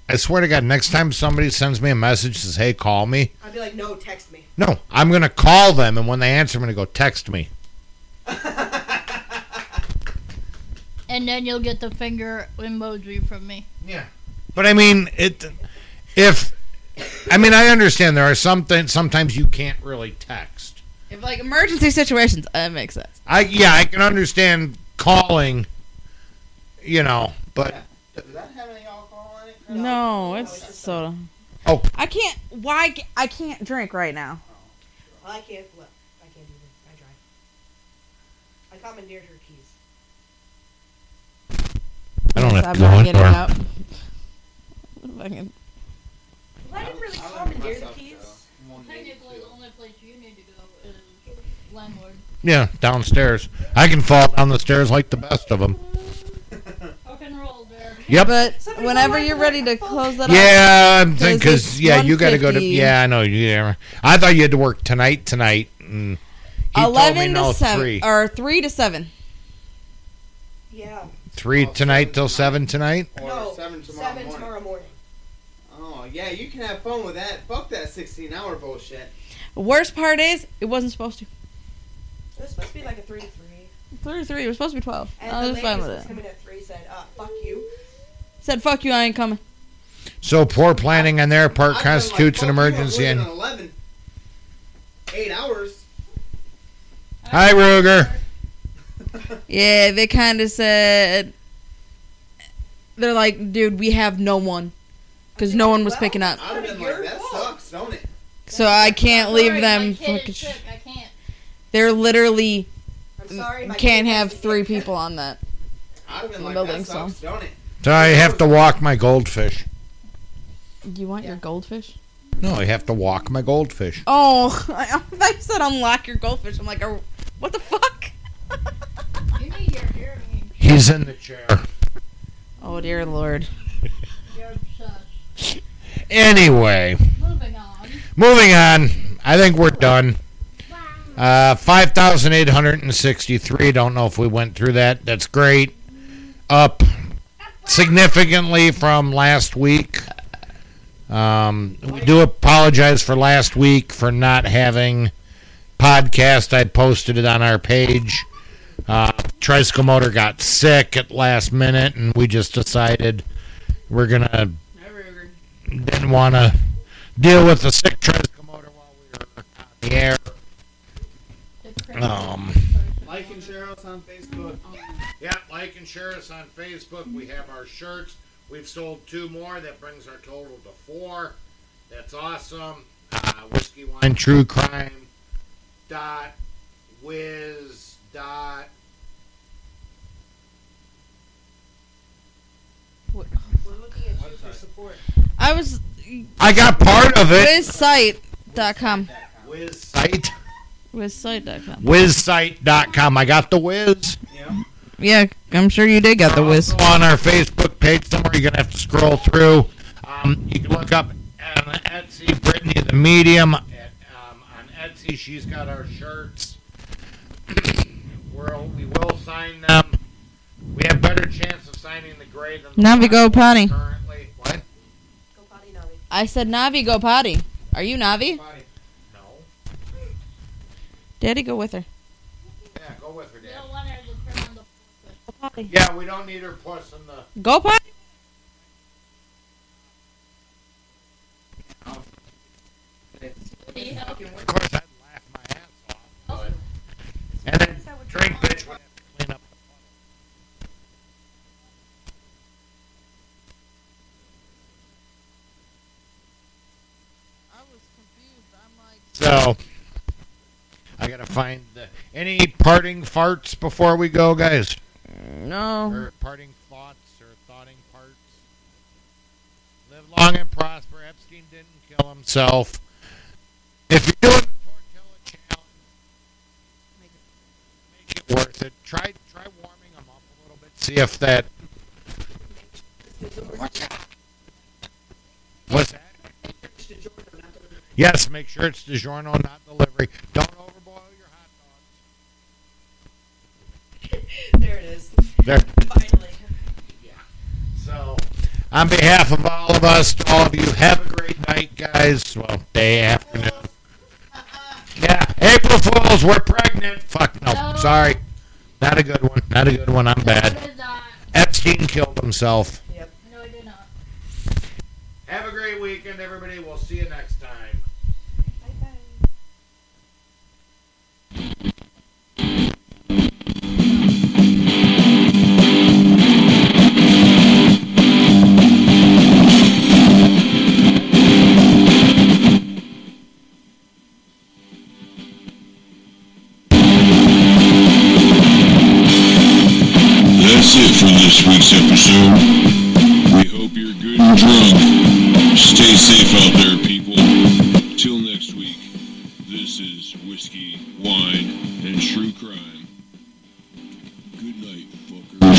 Speaker 10: I swear to God, next time somebody sends me a message says, "Hey, call me,"
Speaker 5: I'd be like, no, text me.
Speaker 10: no, I'm gonna call them, and when they answer, I'm gonna go text me.
Speaker 4: And then you'll get the finger emoji from me.
Speaker 8: Yeah.
Speaker 10: But I mean, it. If I mean, I understand there are some things. Sometimes you can't really text.
Speaker 3: if like emergency situations that makes sense
Speaker 10: I yeah, I can understand calling. You know, but
Speaker 9: Does that have any alcohol in it?
Speaker 3: no it's soda
Speaker 10: Oh.
Speaker 3: i can't why ca- i can't drink right now
Speaker 5: Well, I can't. Look, I can't do this. I drive. I commandeered her keys.
Speaker 10: I don't
Speaker 3: Yes, I'm
Speaker 10: have to go
Speaker 3: not
Speaker 10: in
Speaker 3: getting
Speaker 10: there.
Speaker 3: out. Fucking-
Speaker 5: Well, I didn't really
Speaker 9: I'll let
Speaker 5: commandeer the
Speaker 9: myself
Speaker 5: keys.
Speaker 9: go one day or
Speaker 4: Technically,
Speaker 9: two.
Speaker 4: the only place you need to go is landlord.
Speaker 10: Yeah, downstairs. I can fall down the stairs like the best of them.
Speaker 4: Rock and roll there.
Speaker 10: Yep.
Speaker 3: but
Speaker 5: Somebody
Speaker 3: whenever
Speaker 5: call my
Speaker 3: you're
Speaker 5: phone.
Speaker 3: ready to close that off
Speaker 10: yeah, I'm
Speaker 3: 'Cause
Speaker 10: thinking because
Speaker 3: it's
Speaker 10: yeah, you got to go to
Speaker 3: 1:50.
Speaker 10: yeah. I know. Yeah, I thought you had to work tonight. Tonight. And he told me
Speaker 3: 11
Speaker 10: no
Speaker 3: to 7
Speaker 10: three,
Speaker 3: or 3 to 7
Speaker 5: Yeah.
Speaker 10: three
Speaker 9: Oh,
Speaker 10: tonight
Speaker 9: seven
Speaker 10: till
Speaker 9: tonight.
Speaker 10: seven tonight.
Speaker 9: Or
Speaker 5: no.
Speaker 9: seven tomorrow
Speaker 5: seven
Speaker 9: morning.
Speaker 5: tomorrow morning.
Speaker 9: Oh yeah, you can have fun with that. Fuck that sixteen-hour bullshit.
Speaker 3: worst part is it wasn't supposed to
Speaker 5: It was supposed to be like a three to three.
Speaker 3: Three, three. It was supposed to be twelve.
Speaker 5: And
Speaker 3: I
Speaker 5: the
Speaker 3: was
Speaker 5: lady
Speaker 3: fine
Speaker 5: who
Speaker 3: with
Speaker 5: was
Speaker 3: it.
Speaker 5: coming at three said, uh, fuck you.
Speaker 3: Said fuck you, I ain't coming.
Speaker 10: So poor planning on their part constitutes an emergency. And
Speaker 9: Eleven. Eight hours.
Speaker 10: hi, Ruger.
Speaker 3: Yeah, they kind of said they're like, dude, we have no one because no one was picking up.
Speaker 9: I'd have been like, that sucks, don't it?
Speaker 3: So I can't leave
Speaker 4: Sorry,
Speaker 3: them.
Speaker 4: My kid
Speaker 3: fucking
Speaker 4: is
Speaker 3: sh-
Speaker 4: sick. I can't.
Speaker 3: They're literally
Speaker 4: sorry, my
Speaker 3: can't
Speaker 4: kid
Speaker 3: have three people on that.
Speaker 9: I'd have been
Speaker 3: In the
Speaker 9: like,
Speaker 3: building,
Speaker 9: that sucks,
Speaker 3: so.
Speaker 9: don't it?
Speaker 10: So I have to walk my goldfish.
Speaker 3: Do you want your goldfish?
Speaker 10: No, I have to walk my goldfish.
Speaker 3: Oh, I, I thought you said unlock your goldfish. I'm like, are, what the fuck?
Speaker 4: You need your hearing aids.
Speaker 10: He's in the chair.
Speaker 3: Oh dear lord.
Speaker 4: You're obsessed.
Speaker 10: Anyway,
Speaker 4: uh, Moving on.
Speaker 10: moving on. I think we're done. Uh, 5,863. Don't know if we went through that. That's great. Up significantly from last week. Um, we do apologize for last week for not having podcast. I posted it on our page. Uh, Tricycle Motor got sick at last minute, and we just decided we're going to. Didn't want to deal with the sick tricycle motor while we were on the air. Um,
Speaker 1: Like and share us on Facebook. Yeah, like and share us on Facebook. We have our shirts. We've sold two more. That brings our total to four. That's awesome. Uh, whiskey wine
Speaker 10: and true crime.
Speaker 1: dot whiz dot
Speaker 5: We're looking at you for support.
Speaker 3: I was.
Speaker 10: I got part of it.
Speaker 3: Wizsite.com.
Speaker 10: Site.
Speaker 3: Wizsite.com.
Speaker 10: Whizsite.com. I got the whiz.
Speaker 3: Yeah, I'm sure you did get the whiz.
Speaker 10: On our Facebook page somewhere, you're going to have to scroll through. Um, you can look up on Etsy, Brittany the Medium.
Speaker 1: um, on Etsy. She's got our shirts. We'll, we will sign them.
Speaker 10: um,
Speaker 1: We have better chance of signing the gray than the
Speaker 3: Navi go
Speaker 1: black
Speaker 3: potty.
Speaker 1: currently. What?
Speaker 3: I said Navi go potty. Are you Navi?
Speaker 1: No.
Speaker 3: Daddy, go with her.
Speaker 1: Yeah, go with her, Dad.
Speaker 3: potty.
Speaker 1: Yeah, we don't need her plus in the.
Speaker 3: Go potty.
Speaker 10: Of course, I'd laugh my ass off. But, and then drink bitch would have to clean up. So, I got to find the, any parting farts before we go, guys.
Speaker 3: No.
Speaker 10: Or parting thoughts or thoughting parts. Live long and prosper. Epstein didn't kill himself. If you're doing the tortilla challenge, make it worth it. Try try warming them up a little bit. See if that. What's that? Yes, make sure it's DiGiorno, not delivery. Don't overboil your hot
Speaker 5: There it is.
Speaker 10: There.
Speaker 5: Finally.
Speaker 1: So,
Speaker 10: On behalf of all of us, to all of you, have a great night, guys. Well, day, afternoon. Yeah, April Fools, we're pregnant. Fuck no, sorry. Not a good one. Not a good one. I'm bad. Epstein killed himself.
Speaker 1: Have a great weekend, everybody. We'll see you next time.
Speaker 2: That's it for this week's episode. We hope you're good and drunk. Stay safe out there, people. Till next week, this is Whiskey, Wine, and True Crime. Good night, fuckers.